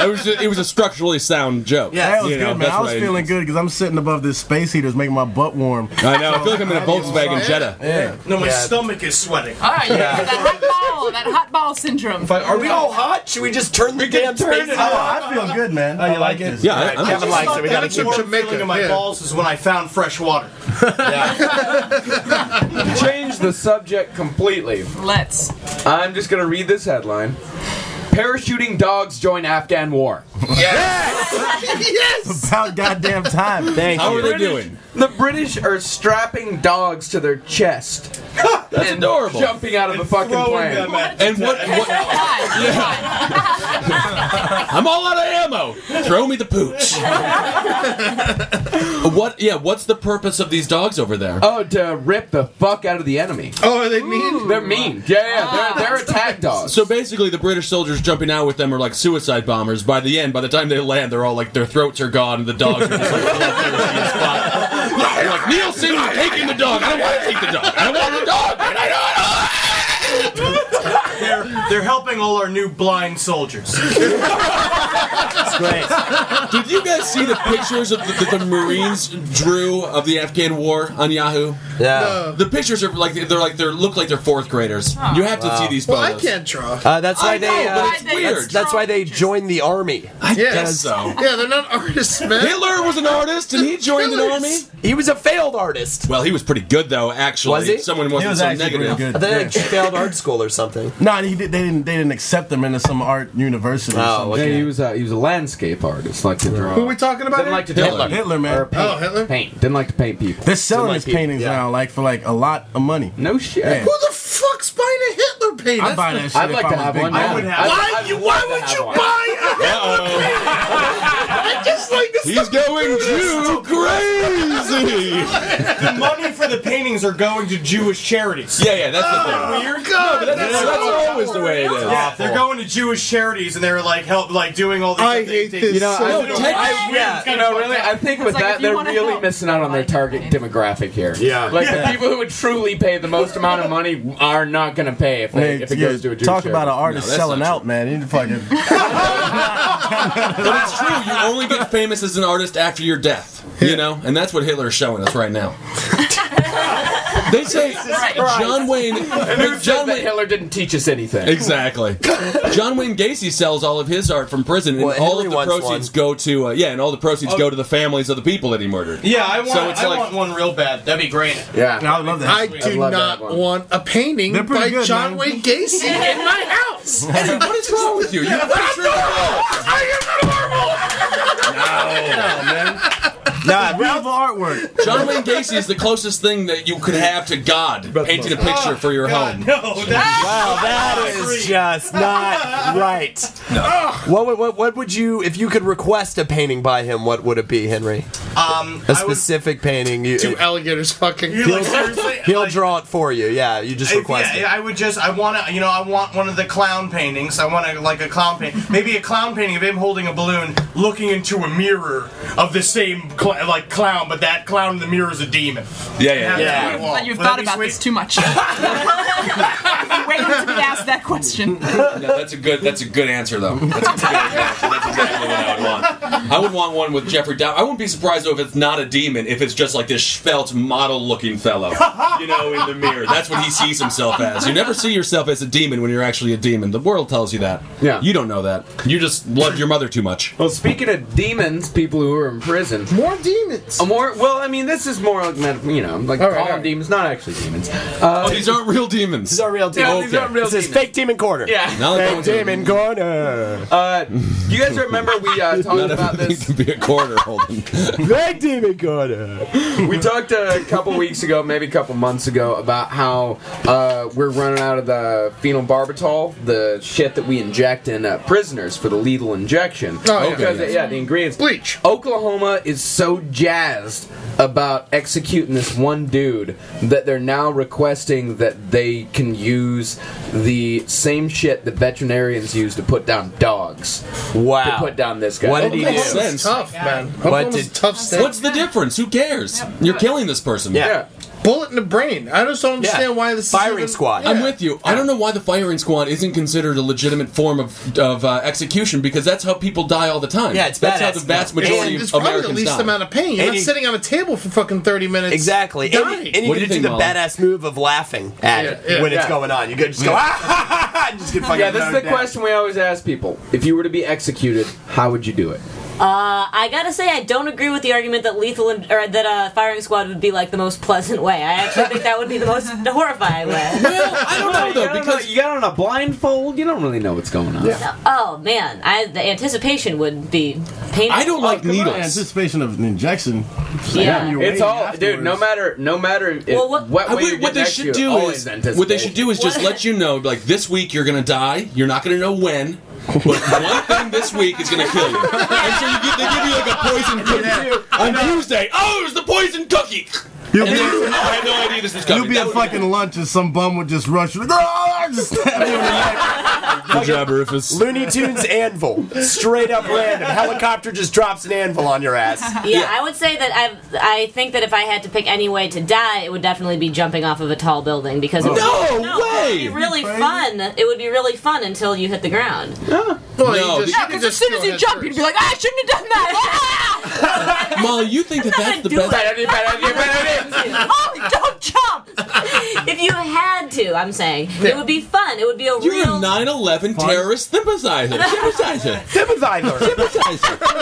Speaker 2: It was just, it was a structurally sound joke.
Speaker 4: that was
Speaker 2: You
Speaker 4: good,
Speaker 2: know,
Speaker 4: man.
Speaker 2: that's
Speaker 4: I was
Speaker 2: what
Speaker 4: feeling good because I'm sitting above this space heater, it's making my butt warm.
Speaker 2: I know. I feel like I'm in a Volkswagen Jetta.
Speaker 4: Yeah.
Speaker 11: No, my
Speaker 4: Yeah.
Speaker 11: stomach is sweating.
Speaker 6: All right, yeah. that hot ball, that hot ball syndrome.
Speaker 5: Are we all Oh, hot? Should we just turn the damn space
Speaker 4: Oh, I feel good, man. I like it.
Speaker 2: Yeah,
Speaker 11: Alright, Kevin likes it. We got to keep Feeling in my
Speaker 4: yeah.
Speaker 11: balls is when I found fresh water.
Speaker 7: Change the subject completely.
Speaker 6: Let's.
Speaker 7: I'm just gonna read this headline. Parachuting dogs join Afghan war.
Speaker 5: yes!
Speaker 4: About goddamn time. Thank
Speaker 7: How
Speaker 4: you.
Speaker 7: are they doing? The British are strapping dogs to their chest. That's
Speaker 2: adorable.
Speaker 7: Jumping out of a fucking plane.
Speaker 2: And what? what I'm all out of ammo. Throw me the pooch. what? Yeah. What's the purpose of these dogs over there?
Speaker 7: Oh, to rip the fuck out of the enemy.
Speaker 10: Oh, are they mean?
Speaker 7: They're mean. Yeah, yeah. They're, they're attack dogs.
Speaker 2: So basically, the British soldiers jumping out with them are like suicide bombers. By the end, by the time they land, they're all like their throats are gone, and the dogs are just like, they're like Nielsen, you're taking the dog. I don't want to take the dog. I don't want the dog. man. I don't.
Speaker 11: They're, they're helping all our new blind soldiers.
Speaker 2: Did you guys see the pictures of the, the, the Marines drew of the Afghan War on Yahoo?
Speaker 7: Yeah.
Speaker 10: No.
Speaker 2: The pictures are like they're like they are look like they're fourth graders. You have to
Speaker 5: Wow.
Speaker 2: see these
Speaker 10: Well,
Speaker 2: photos.
Speaker 10: I can't draw.
Speaker 5: Uh, that's why
Speaker 2: I
Speaker 5: they.
Speaker 2: know,
Speaker 5: uh,
Speaker 2: but it's
Speaker 5: that's-
Speaker 2: weird.
Speaker 5: That's, why they joined the army.
Speaker 2: I
Speaker 10: Yes.
Speaker 2: guess so.
Speaker 10: Yeah, they're not artists, man.
Speaker 2: Hitler was an artist, and he joined an army.
Speaker 5: He was a failed artist.
Speaker 2: Well, he was pretty good though. Actually,
Speaker 5: Was he?
Speaker 2: someone wasn't
Speaker 4: He was
Speaker 2: so
Speaker 4: actually
Speaker 2: negative.
Speaker 4: pretty
Speaker 5: I
Speaker 4: good.
Speaker 5: think
Speaker 4: Yeah.
Speaker 5: like, she failed art school or something.
Speaker 4: No, he did, they didn't. They didn't accept him into some art university. or
Speaker 5: Oh,
Speaker 4: something.
Speaker 5: okay.
Speaker 7: Yeah, he was a he was a landscape artist, like to draw.
Speaker 10: Who are we talking about?
Speaker 7: Didn't
Speaker 10: here?
Speaker 7: like to
Speaker 2: Hitler.
Speaker 7: draw.
Speaker 4: Hitler, man.
Speaker 7: Or paint.
Speaker 10: Oh, Hitler?
Speaker 7: Paint. Didn't like to paint people.
Speaker 4: They're selling
Speaker 5: Some
Speaker 4: his
Speaker 5: like people-
Speaker 4: paintings
Speaker 5: yeah.
Speaker 4: now, like for like a lot of money.
Speaker 7: No shit.
Speaker 4: Yeah.
Speaker 10: Who the fuck's buying a Hitler painting?
Speaker 4: I'd buy that shit.
Speaker 7: I'd
Speaker 4: if
Speaker 7: like
Speaker 4: I
Speaker 7: to
Speaker 4: was
Speaker 7: have
Speaker 4: big.
Speaker 7: one.
Speaker 4: I
Speaker 7: now.
Speaker 4: would have.
Speaker 10: Why you? Why would you buy? I just like this.
Speaker 2: He's going Jew crazy.
Speaker 11: the money for the paintings are going to Jewish charities.
Speaker 2: yeah, yeah, that's the thing.
Speaker 10: Weird Oh, God.
Speaker 2: That's, that's always the way it is.
Speaker 11: Yeah, they're going to Jewish charities and they're like help, like doing all these.
Speaker 10: I hate this.
Speaker 7: You know,
Speaker 10: so
Speaker 7: I,
Speaker 10: much.
Speaker 2: Ted-
Speaker 7: I, yeah, you know, really, I think with
Speaker 6: like, if
Speaker 7: that,
Speaker 6: you
Speaker 7: they're
Speaker 6: wanna
Speaker 7: really
Speaker 6: help,
Speaker 7: missing out on their
Speaker 6: like,
Speaker 7: target
Speaker 6: fine.
Speaker 7: demographic here.
Speaker 5: Yeah.
Speaker 7: like the people who would truly pay the most amount of money are not going to pay if, they,
Speaker 4: Hey,
Speaker 7: if it
Speaker 4: yeah,
Speaker 7: goes to a Jewish
Speaker 4: talk about an
Speaker 7: charity.
Speaker 4: artist
Speaker 2: No, that's
Speaker 4: selling
Speaker 2: not
Speaker 4: out, man. He fucking.
Speaker 2: But it's true. You only get famous as an artist after your death. You know, and that's what Hitler is showing us right now. they say John Wayne.
Speaker 7: Who said
Speaker 2: John
Speaker 7: that
Speaker 2: Wayne.
Speaker 7: Hitler didn't teach us anything?
Speaker 2: Exactly. John Wayne Gacy sells all of his art from prison, and
Speaker 5: Well,
Speaker 2: all
Speaker 5: Hillary
Speaker 2: of the
Speaker 5: wants
Speaker 2: proceeds
Speaker 5: one.
Speaker 2: go to uh, yeah, and all the proceeds go to the families of the people that he murdered.
Speaker 11: Yeah, I want.
Speaker 2: So it's
Speaker 11: I
Speaker 2: like-
Speaker 11: want one real bad. That'd be great.
Speaker 7: Yeah.
Speaker 4: I would love
Speaker 10: I
Speaker 4: that.
Speaker 10: do
Speaker 7: love
Speaker 10: not
Speaker 7: that one.
Speaker 10: want a painting
Speaker 4: They're pretty
Speaker 10: by
Speaker 4: good,
Speaker 10: John
Speaker 4: man.
Speaker 10: Wayne Gacy in my house.
Speaker 2: Hey, what is wrong with you? You have
Speaker 4: Nah, beautiful artwork.
Speaker 2: John Wayne Gacy is the closest thing that you could have to God painting a picture for your home.
Speaker 11: No, that's
Speaker 5: Wow, that is just not right. No. What would what, what would you if you could request a painting by him? What would it be, Henry?
Speaker 11: um.
Speaker 5: A
Speaker 11: I would-
Speaker 5: specific painting. You,
Speaker 10: Two alligators fucking.
Speaker 11: you like, seriously,
Speaker 5: he'll
Speaker 11: like,
Speaker 5: draw it for you. Uh, Yeah, you just
Speaker 11: If-
Speaker 5: request
Speaker 11: yeah, I would just. I want to. You know, I want one of the clown paintings. I want to like a clown painting. Maybe a clown painting of him holding a balloon, looking into a mirror of the same cl- like clown, but that clown in the mirror is a demon.
Speaker 2: Yeah, yeah, yeah.
Speaker 11: Have that on my wall.
Speaker 6: But you've
Speaker 11: Would that
Speaker 6: thought
Speaker 11: be
Speaker 6: about
Speaker 11: sweet?
Speaker 6: this too much. You're waiting to be asked that question.
Speaker 2: No, that's a good. That's a good answer, though. That's a good answer. That's exactly what I would want. I would want one with Jeffrey Dahmer. I wouldn't be surprised though if it's not a demon, if it's just like this svelte model-looking fellow, you know, in the mirror. That's what he sees himself as. You never see yourself as a demon when you're actually a demon. The world tells you that.
Speaker 7: Yeah.
Speaker 2: You don't know that. You just loved your mother too much.
Speaker 7: Well, speaking of demons, people who are in prison,
Speaker 10: More demons.
Speaker 7: a more well, I mean, this is more like meta- you know, like
Speaker 10: All
Speaker 7: all
Speaker 10: right, all right.
Speaker 7: demons, not actually demons. Uh,
Speaker 2: Oh, these aren't real demons.
Speaker 5: it. These are real
Speaker 7: Yeah,
Speaker 5: demons.
Speaker 7: these aren't real
Speaker 5: This is
Speaker 7: demons.
Speaker 5: fake demon corner.
Speaker 7: Yeah.
Speaker 2: Now that
Speaker 5: Fake
Speaker 2: that one's a-
Speaker 5: demon corner.
Speaker 7: Uh, you guys remember we uh,
Speaker 2: Not
Speaker 7: talked about
Speaker 2: everything
Speaker 7: this?
Speaker 2: can be a quarter, Holden.
Speaker 5: Fake demon corner.
Speaker 7: We talked a couple weeks ago, maybe a couple months ago, about how uh, we're running out of the phenobarbital, the shit that we inject in uh, prisoners for the lethal injection.
Speaker 10: Oh, yeah.
Speaker 7: because,
Speaker 2: Okay,
Speaker 7: yeah, the ingredients.
Speaker 10: Bleach.
Speaker 7: Oklahoma is so jazzed about executing this one dude that they're now requesting that they can use the same shit that veterinarians use to put down dogs to
Speaker 5: Wow.
Speaker 7: put down this guy.
Speaker 5: What did he do?
Speaker 2: Makes sense.
Speaker 10: Tough man.
Speaker 5: What
Speaker 10: Oklahoma's
Speaker 5: did-
Speaker 10: tough state?
Speaker 2: What's the difference? Who cares? You're killing this person.
Speaker 5: Yeah.
Speaker 7: Yeah.
Speaker 10: bullet in the brain. I just don't understand why this is even-
Speaker 2: I'm
Speaker 10: Yeah.
Speaker 2: with you. I don't know why the firing squad isn't considered a legitimate form of, of uh, execution because that's how people die all the time.
Speaker 10: Yeah, it's
Speaker 2: that's how
Speaker 10: badass.
Speaker 2: the vast
Speaker 10: Yeah.
Speaker 2: majority
Speaker 10: And it's
Speaker 2: of
Speaker 10: probably
Speaker 2: Americans
Speaker 10: the least
Speaker 2: die.
Speaker 10: amount of pain. You're
Speaker 5: And
Speaker 10: not
Speaker 5: you-
Speaker 10: sitting on a table for fucking thirty minutes.
Speaker 5: Exactly. And,
Speaker 10: dying.
Speaker 5: and you get to do the badass move of laughing at
Speaker 10: Yeah,
Speaker 5: it
Speaker 10: yeah,
Speaker 5: when it's
Speaker 10: yeah.
Speaker 5: going on. You could just go,
Speaker 7: Yeah.
Speaker 5: ah, ha, ha, ha, and just get fucking
Speaker 7: yeah, this is the
Speaker 5: knocked out.
Speaker 7: question we always ask people. If you were to be executed, how would you do it?
Speaker 9: Uh, I gotta say, I don't agree with the argument that lethal and, or that uh, firing squad would be like the most pleasant way. I actually think that would be the most horrifying way.
Speaker 7: I don't know though because you got on a blindfold, you don't really know what's going on.
Speaker 9: Oh man, I, the anticipation would be painful.
Speaker 4: anticipation of an injection.
Speaker 9: Yeah.
Speaker 7: it's all, dude. No matter, no matter if,
Speaker 9: Well, what-
Speaker 7: what
Speaker 2: I
Speaker 7: way
Speaker 2: would-
Speaker 7: you're
Speaker 2: what they
Speaker 7: next,
Speaker 2: should
Speaker 7: you're
Speaker 2: do
Speaker 7: always
Speaker 2: is what they
Speaker 7: anticipating.
Speaker 2: should do is just let you know like this week you're gonna die. You're not gonna know when, but one thing this week is gonna kill you. And so you get, they give you like a poison cookie on Tuesday. Oh, it was the poison cookie.
Speaker 4: You'll
Speaker 2: And
Speaker 4: be-
Speaker 2: then, oh, I had no idea this was coming.
Speaker 4: You'll be at fucking lunch and some bum would just rush you. "Ah!" Just stab you in the
Speaker 5: Good
Speaker 2: job, Rufus.
Speaker 5: Looney Tunes anvil, straight up random helicopter just drops an anvil on your ass.
Speaker 9: Yeah, I would say that I I think that if I had to pick any way to die, it would definitely be jumping off of a tall building because it would,
Speaker 2: No
Speaker 9: it would
Speaker 2: way!
Speaker 9: be really fun. It would be really fun until you hit the ground.
Speaker 2: no,
Speaker 9: yeah, because as soon as you jump, you'd be like,
Speaker 6: "Ah,
Speaker 9: I shouldn't have done that.
Speaker 2: Molly, you think that that's the
Speaker 9: do
Speaker 2: best?
Speaker 9: it. Molly, don't jump. if you had to, I'm saying it would be fun. It would be a
Speaker 2: You're a
Speaker 9: real.
Speaker 2: 9/11 terrorist sympathizer. Sympathizer.
Speaker 5: Sympathizer.
Speaker 2: Sympathizer.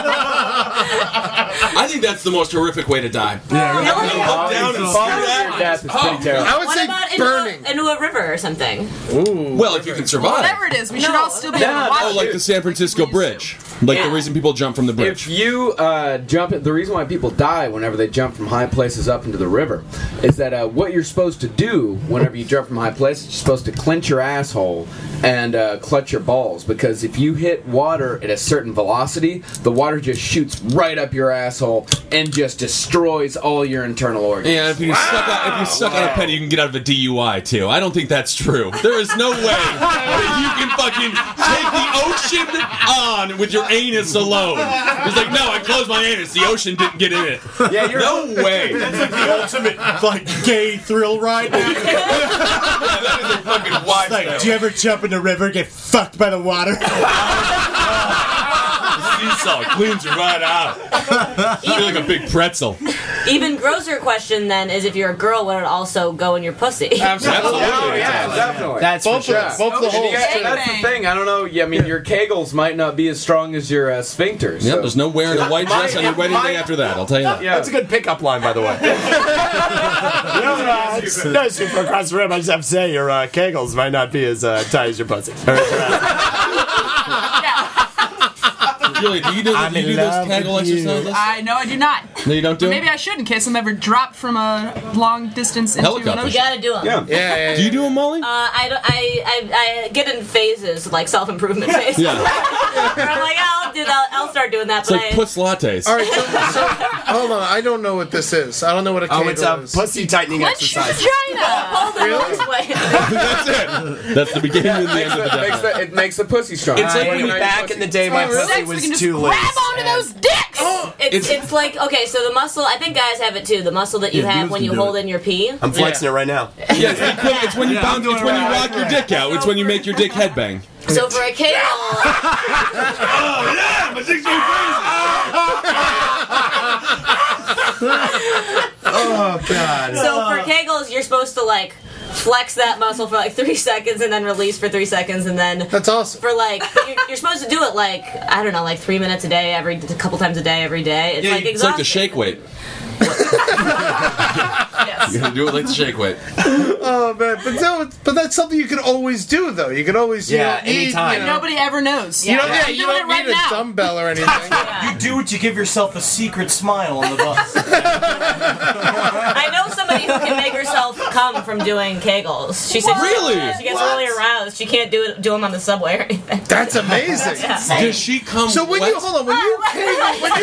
Speaker 2: I think that's the most horrific way to die. Yeah,
Speaker 9: really?
Speaker 2: Up, down, and
Speaker 9: Falling
Speaker 2: screw
Speaker 9: to your
Speaker 2: that.
Speaker 9: death
Speaker 7: is
Speaker 2: Oh.
Speaker 7: pretty terrible.
Speaker 9: what about into A, into a river or something?
Speaker 2: Well, if you can survive.
Speaker 9: Whatever it is, we should all still be able to watch
Speaker 2: oh, like the San Francisco Bridge. Like the reason people jump from the bridge.
Speaker 7: If you uh, jump, the reason why people die whenever they jump from high places up into the river is that uh, what you're supposed to do whenever you jump from high places, you're supposed to clench your asshole and uh, clutch your balls because if you hit water at a certain velocity, the water just shoots right up your asshole and just destroys all your internal organs.
Speaker 2: Yeah, if you suck, out, if you suck on a penny, you can get out of a DUI too. I don't think that's true. There is no way that you can fucking take the ocean on with your anus alone. It's like, no, I closed my anus. The ocean didn't get in it.
Speaker 7: Yeah, you're-
Speaker 2: no way.
Speaker 1: That's like the ultimate like gay thrill ride. It's like, do you ever jump in the river, get fucked by the water?
Speaker 2: sea salt cleans you right out. You feel like a big pretzel.
Speaker 9: Even grosser question then is if you're a girl, would it also go in your pussy?
Speaker 2: Absolutely.
Speaker 7: Oh, yeah, definitely.
Speaker 5: That's
Speaker 7: for
Speaker 5: Both of-
Speaker 7: sure.
Speaker 5: both the
Speaker 7: And you got-
Speaker 5: holes, too.
Speaker 7: Oh, That's the thing. I don't know. Yeah, I mean, your kegels might not be as strong as your uh, sphincters.
Speaker 2: Yep, there's no wearing a white dress on your wedding day after that. I'll tell you that.
Speaker 5: That's a good pickup line, by the way. no, no, uh, it's- no, super across the room. I just have to say, your uh, kegels might not be as uh, tight as your pussy.
Speaker 2: Julie, do you do,
Speaker 5: I'm
Speaker 2: you
Speaker 5: in
Speaker 2: do those
Speaker 5: love
Speaker 2: Kegel
Speaker 5: with you.
Speaker 2: exercises?
Speaker 6: I no, I do not.
Speaker 2: No, you don't do
Speaker 6: But
Speaker 2: it.
Speaker 6: maybe I should in case I'm ever dropped from a long distance into an
Speaker 2: Helicopter.
Speaker 6: ocean.
Speaker 9: You gotta do 'em. Yeah.
Speaker 2: Do you do them, Molly?
Speaker 9: Uh, I, don't- I, I, I get in phases, like self improvement phases.
Speaker 2: Yeah.
Speaker 9: Where I'm like, I'll do that. I'll start doing that.
Speaker 2: It's like
Speaker 9: but
Speaker 2: puss lattes.
Speaker 10: All right, so, so hold on. I don't know what this is. I don't know what a
Speaker 5: Oh,
Speaker 10: kegel
Speaker 5: it's a
Speaker 10: is.
Speaker 5: pussy tightening exercise.
Speaker 9: Hold on, let's wait.
Speaker 2: That's it. That's the beginning and the end of
Speaker 7: It makes
Speaker 2: the definition.
Speaker 7: the, it makes the pussy strong.
Speaker 2: It's like when
Speaker 5: back in the day, my
Speaker 9: For
Speaker 5: pussy
Speaker 9: sex, we can
Speaker 5: was
Speaker 9: just
Speaker 5: too
Speaker 9: grab
Speaker 5: loose.
Speaker 9: onto those dicks. It's, it's,
Speaker 5: It's-
Speaker 9: like okay, so the muscle. I think guys have it too. The muscle that you
Speaker 5: Yeah,
Speaker 9: have
Speaker 5: dudes
Speaker 9: when
Speaker 5: can
Speaker 9: you
Speaker 5: do
Speaker 9: hold in your pee.
Speaker 5: I'm flexing it right now.
Speaker 2: Yeah, it's, the equivalent- it's when you
Speaker 5: Yeah, I'm
Speaker 2: bounce,
Speaker 5: doing
Speaker 2: it's when you
Speaker 5: it right.
Speaker 2: rock your dick out. It's when you make your dick headbang.
Speaker 9: So for a kegel,
Speaker 10: Oh god.
Speaker 9: so for kegels, you're supposed to like flex that muscle for like three seconds and then release for three seconds and then
Speaker 10: That's awesome.
Speaker 9: for like you're, you're supposed to do it like I don't know, like three minutes a day, every a couple times a day, every day. It's like
Speaker 2: it's like
Speaker 9: exhausting.
Speaker 2: the shake weight. You're gonna do it like the shake weight.
Speaker 10: Oh man, but no, but that's something you can always do though. You can always you
Speaker 5: Yeah,
Speaker 10: don't need,
Speaker 5: anytime.
Speaker 10: You know,
Speaker 6: Nobody ever knows.
Speaker 10: you don't, yeah,
Speaker 6: I'm
Speaker 10: you
Speaker 6: doing
Speaker 10: don't
Speaker 6: it right
Speaker 10: need
Speaker 6: now.
Speaker 10: a dumbbell or anything.
Speaker 11: You do it to give yourself a secret smile on the bus.
Speaker 9: I know somebody who can make herself come from doing kegels. She said she-
Speaker 2: Really?
Speaker 9: yeah, she, gets really aroused. She can't do it, do them on the subway or anything.
Speaker 10: That's amazing.
Speaker 2: Does she come?
Speaker 10: So when you
Speaker 2: wet?
Speaker 10: hold on, when you kegel, when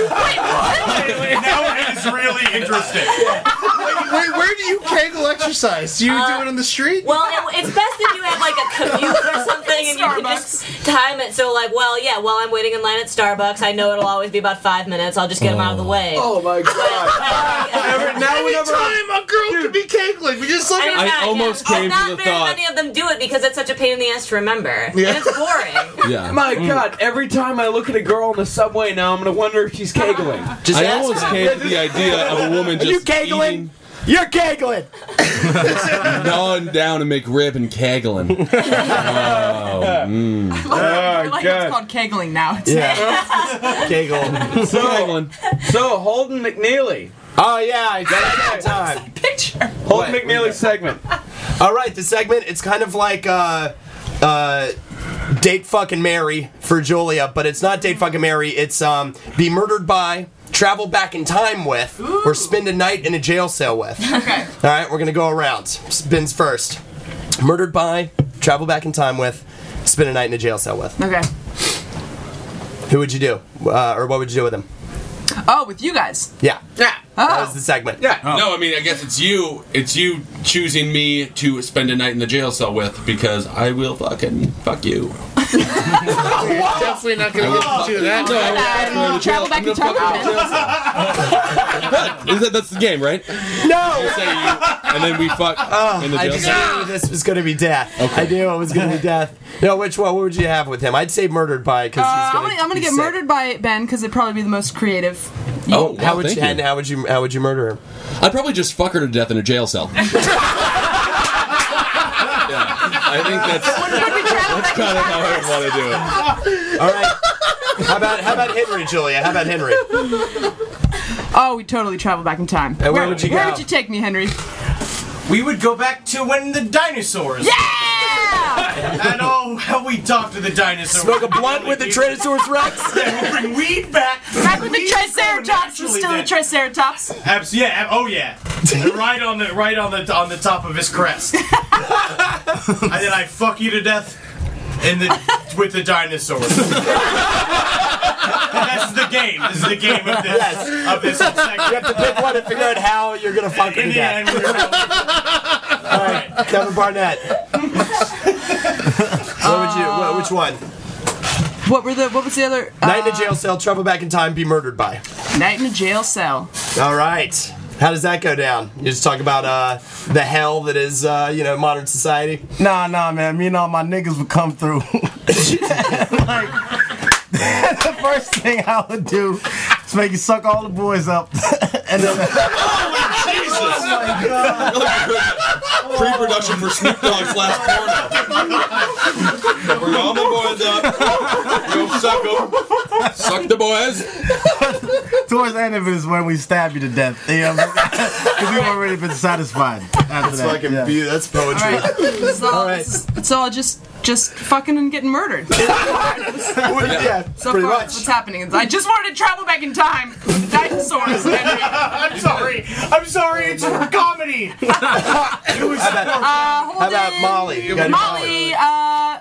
Speaker 10: you
Speaker 11: now it is really interesting.
Speaker 10: wait, where do you kegel exercise? exercise? Do you
Speaker 6: Uh,
Speaker 10: do it in the street?
Speaker 9: Well, it, it's best if you have like a commute or something, and you can just time it. So, like, well, yeah, while I'm waiting in line at Starbucks, I know it'll always be about five minutes. I'll just get them out of the way.
Speaker 7: Oh my
Speaker 9: god!
Speaker 10: Every time a girl could be cakeling, we just like
Speaker 2: I almost came to
Speaker 9: not
Speaker 2: the
Speaker 9: very
Speaker 2: thought-
Speaker 9: many of them do it because it's such a pain in the ass to remember. And it's boring.
Speaker 2: Yeah.
Speaker 7: My
Speaker 11: Mm.
Speaker 7: God! Every time I look at a girl on the subway now, I'm gonna wonder if she's kegling.
Speaker 2: Just I ask almost her. came to the idea of a woman
Speaker 7: Are you
Speaker 2: just
Speaker 7: kegling?
Speaker 12: You're kegling.
Speaker 2: gnawing down and McRib and caggling. Oh, mm.
Speaker 6: I Oh, like how
Speaker 7: God.
Speaker 6: it's called kegling now.
Speaker 7: Yeah. Kegel. So, so Holden McNeely.
Speaker 5: Oh yeah, I got that time.
Speaker 6: Picture.
Speaker 5: Hold McNeely segment. All right, the segment it's kind of like uh, uh, date fucking Mary for Julia, but it's not date fucking Mary. It's um, be murdered by, travel back in time with, or spend a night in a jail cell with.
Speaker 6: Okay.
Speaker 5: All right, we're gonna go around. Spins first. Murdered by, travel back in time with, spend a night in a jail cell with.
Speaker 6: Okay.
Speaker 5: Who would you do, uh, or what would you do with him?
Speaker 6: Oh, with you guys.
Speaker 5: Yeah.
Speaker 6: Yeah.
Speaker 5: That
Speaker 6: Oh.
Speaker 5: was the segment.
Speaker 2: No, I mean, I guess it's you. It's you choosing me to spend a night in the jail cell with because I will fucking fuck you.
Speaker 10: definitely not gonna get into that.
Speaker 2: No, I'm
Speaker 6: Travel back in time.
Speaker 2: Is that, that's the game, right?
Speaker 5: No.
Speaker 2: And then we fuck in the
Speaker 5: I
Speaker 2: jail
Speaker 5: just
Speaker 2: cell.
Speaker 5: knew this was going to be death. I knew it was going to be death. No, which one? What would you have with him? I'd say murdered by because
Speaker 6: Uh,
Speaker 5: he's
Speaker 6: I'm
Speaker 5: going
Speaker 6: gonna, I'm gonna get murdered by Ben because it'd probably be the most creative.
Speaker 2: Oh, wow,
Speaker 5: how would
Speaker 2: thank
Speaker 5: you,
Speaker 2: you.
Speaker 5: and how would you how would you murder him?
Speaker 2: I'd probably just fuck her to death in a jail cell. yeah, I think that's that's kind of how I want to do it.
Speaker 5: All right. How about how about Henry, Julia? How about Henry?
Speaker 6: Oh, we totally travel back in time.
Speaker 5: where would you
Speaker 6: where
Speaker 5: go?
Speaker 6: would you take me, Henry?
Speaker 11: We would go back to when the dinosaurs. Yeah! and oh, how we talked to the dinosaurs.
Speaker 5: Smoke a blunt with the Tyrannosaurus Rex.
Speaker 11: yeah, we'll bring weed back.
Speaker 6: Back with the
Speaker 11: Weed's
Speaker 6: Triceratops.
Speaker 11: so
Speaker 6: We're still the
Speaker 11: naturally
Speaker 6: Triceratops.
Speaker 11: that- Abs- yeah. ab- Oh yeah. right on the right on the on the top of his crest. and then I fuck you to death. In the with the dinosaurs. That's the game. This is the game of this of this segment.
Speaker 5: You have to pick one and figure out how you're gonna fuck him
Speaker 11: In the
Speaker 5: to death.
Speaker 11: end, we're
Speaker 5: Kevin Barnett. what would you? What, which one?
Speaker 6: What were the? What was the other? uh,
Speaker 5: Night in a jail cell, travel back in time, be murdered by.
Speaker 6: Night in a jail cell.
Speaker 5: All right. How does that go down? You just talk about uh, the hell that is, uh, you know, modern society.
Speaker 4: Nah, nah, man. Me and all my niggas would come through. Like, the first thing I would do is make you suck all the boys up. and then,
Speaker 2: Pre-production for Snoop Dogg's last porno. Bring all the boys up. Go suck 'em. Suck the boys.
Speaker 4: towards the end of it is when we stab you to death. You know, because we've already been satisfied after
Speaker 10: That's
Speaker 4: that.
Speaker 10: fucking
Speaker 4: yeah.
Speaker 10: beautiful. That's poetry.
Speaker 6: All right. It's all,
Speaker 5: All right.
Speaker 6: this is- it's all just just fucking and getting murdered.
Speaker 5: Well, yeah,
Speaker 6: So
Speaker 5: pretty
Speaker 6: far,
Speaker 5: much.
Speaker 6: that's what's happening. I just wanted to travel back in time. The dinosaurs. Henry.
Speaker 11: I'm sorry. I'm sorry. It's for comedy. It was
Speaker 6: Uh, Holden,
Speaker 5: How about Molly? You gotta do
Speaker 6: Molly. Uh,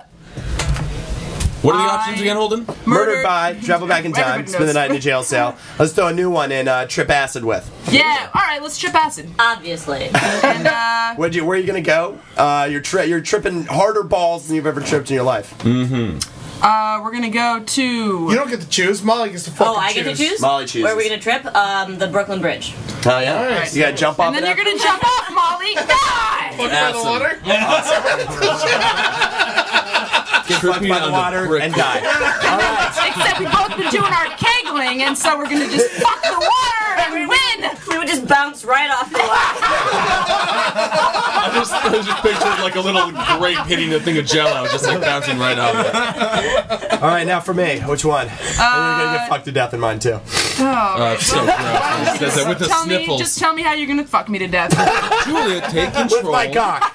Speaker 2: What are the options again, Holden?
Speaker 5: Murdered,
Speaker 6: murdered.
Speaker 5: by, travel back in time,
Speaker 6: Everybody
Speaker 5: spend the
Speaker 6: knows.
Speaker 5: night in a jail cell. Let's throw a new one in uh, trip acid with.
Speaker 6: yeah. All right. Let's trip acid.
Speaker 9: Obviously.
Speaker 6: And uh,
Speaker 5: Where'd you, where are you gonna go? Uh, you're tri- you're tripping harder balls than you've ever tripped in your life.
Speaker 6: uh, we're gonna go to.
Speaker 10: You don't get to choose. Molly gets to fucking
Speaker 9: oh, I get to choose?
Speaker 5: Molly chooses.
Speaker 9: Where are we going to trip? Um, the Brooklyn Bridge.
Speaker 5: Oh yeah, you gotta jump off.
Speaker 6: and then
Speaker 5: it
Speaker 6: you're
Speaker 5: after-
Speaker 6: gonna jump off, Molly. Die.
Speaker 10: Fucked by the
Speaker 5: Acid.
Speaker 10: water.
Speaker 5: get
Speaker 2: Trip
Speaker 5: fucked
Speaker 2: me
Speaker 5: by the
Speaker 2: on the
Speaker 5: water
Speaker 2: brick.
Speaker 5: and die.
Speaker 6: Except we both been doing our kegling, and so we're gonna just fuck the water and win.
Speaker 9: We would just bounce right off the lot.
Speaker 2: I just, I just pictured like a little grape hitting a thing of jello, just like bouncing right off.
Speaker 5: All right, now for me, which one? and you're gonna get fucked to death in mine too.
Speaker 2: Uh, so gross. That's- that's- with the
Speaker 6: tell
Speaker 2: sniffles.
Speaker 6: me, just tell me how you're gonna fuck me to death.
Speaker 2: Julia, take control.
Speaker 5: With my cock.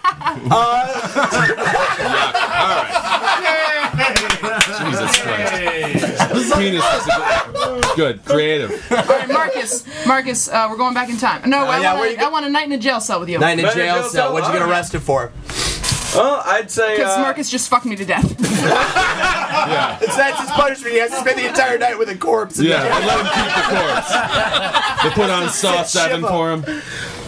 Speaker 2: Jesus Christ. Penis is good. Creative.
Speaker 6: All right, Marcus, Marcus, uh, we're going back in time. No, I,
Speaker 5: yeah, where
Speaker 6: want
Speaker 5: you
Speaker 6: to,
Speaker 5: go-
Speaker 6: I want a night in a jail cell with you.
Speaker 5: Night in a
Speaker 7: Night
Speaker 5: jail cell. What'd you get
Speaker 7: all right.
Speaker 5: arrested for?
Speaker 7: Well, I'd say.
Speaker 6: Because
Speaker 7: uh,
Speaker 6: Marcus just fucked me to death.
Speaker 5: It's that's his punishment. He has to spend the entire night with a corpse. in
Speaker 2: Yeah,
Speaker 5: jail.
Speaker 2: let him keep the corpse. They put on Saw 7 for him.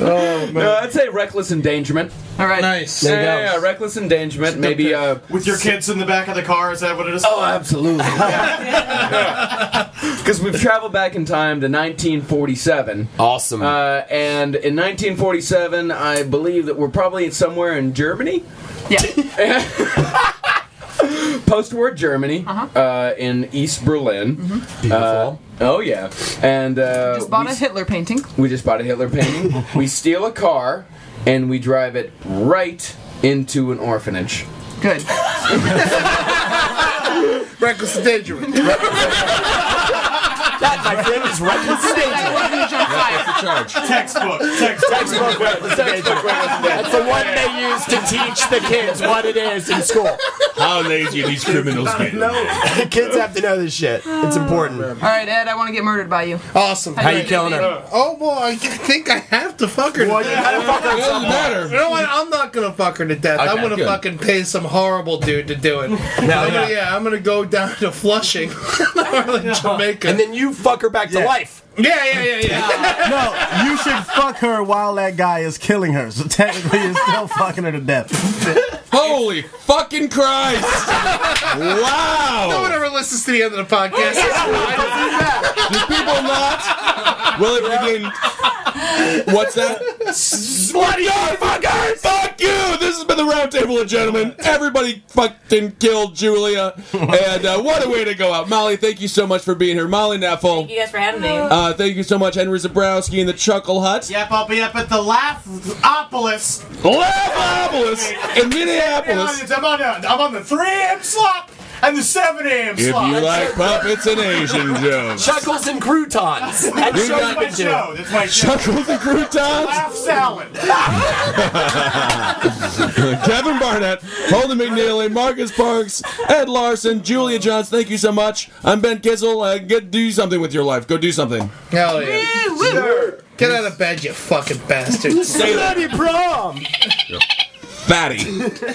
Speaker 7: Oh, no, I'd say reckless endangerment.
Speaker 9: All right.
Speaker 11: Nice.
Speaker 7: Yeah,
Speaker 11: There you
Speaker 7: yeah,
Speaker 11: go.
Speaker 7: yeah, reckless endangerment. Maybe uh,
Speaker 11: With your kids in the back of the car, is that what it is?
Speaker 7: Oh, absolutely. Because we've traveled back in time to 1947.
Speaker 5: Awesome.
Speaker 7: Uh, and in 1947, I believe that we're probably somewhere in Germany. Yeah. Post-war Germany,
Speaker 6: Uh-huh.
Speaker 7: uh in East Berlin. Beautiful. oh yeah, and uh,
Speaker 6: Mm-hmm. Just bought
Speaker 7: we
Speaker 6: a Hitler painting.
Speaker 7: we just bought a Hitler painting. we steal a car and we drive it right into an orphanage.
Speaker 6: Good.
Speaker 10: Reckless endangerment.
Speaker 5: that, my friend, is reckless
Speaker 11: Textbook. Textbook.
Speaker 5: Textbook reckless endangerment. That's the one they use to teach the kids what it is in school.
Speaker 2: How lazy these criminals get.
Speaker 5: No, the kids have to know this shit. It's important.
Speaker 6: All right, Ed, I want to get murdered by you.
Speaker 10: Awesome.
Speaker 5: How you killing her?
Speaker 10: Oh well, I think I have to fuck her.
Speaker 5: Well,
Speaker 10: to
Speaker 5: you
Speaker 10: death.
Speaker 5: gotta fuck her at some
Speaker 10: You know what? I'm not gonna fuck her to death. I'm
Speaker 5: Okay,
Speaker 10: gonna
Speaker 5: good.
Speaker 10: fucking pay some horrible dude to do it. I'm
Speaker 5: yeah.
Speaker 10: gonna, yeah, I'm gonna go down to Flushing, Ireland, Jamaica,
Speaker 5: and then you fuck her back
Speaker 10: to
Speaker 5: life.
Speaker 10: Yeah, yeah, yeah, yeah.
Speaker 8: No, you should fuck her while that guy is killing her. So technically, you're still fucking her to death.
Speaker 2: Holy fucking Christ! wow!
Speaker 10: No one ever listens to the end of the podcast. That's fine.
Speaker 2: Do people not? Will it begin? What's that? Slutty fuckers! Fuck you! This has been the roundtable of gentlemen. Everybody fucking killed Julia, and uh, what a way to go out. Molly, thank you so much for being here. Molly Neffel.
Speaker 9: Thank you guys for having me.
Speaker 2: Uh, thank you so much, Henry Zabrowski and the Chuckle Hut.
Speaker 11: Yep, I'll be up at the Laughopolis.
Speaker 2: Laughopolis in Minneapolis.
Speaker 11: I'm on, a, I'm on the 3 a.m. slot and the 7 a.m.
Speaker 2: If
Speaker 11: slot.
Speaker 2: you like puppets and Asian jokes.
Speaker 5: Chuckles and croutons. That
Speaker 2: You
Speaker 5: show
Speaker 2: got-
Speaker 5: you do.
Speaker 11: That's my show.
Speaker 2: Chuckles and croutons.
Speaker 11: Laugh salad.
Speaker 2: Kevin Barnett, Holden McNeely, Marcus Parks, Ed Larson, Julia Johns. Thank you so much. I'm Ben Kissel. Uh, get do something with your life. Go do something.
Speaker 10: Hell yeah. Sure. Get out of bed, you fucking bastard.
Speaker 2: Say that.
Speaker 5: Bloody prom.
Speaker 2: Fatty.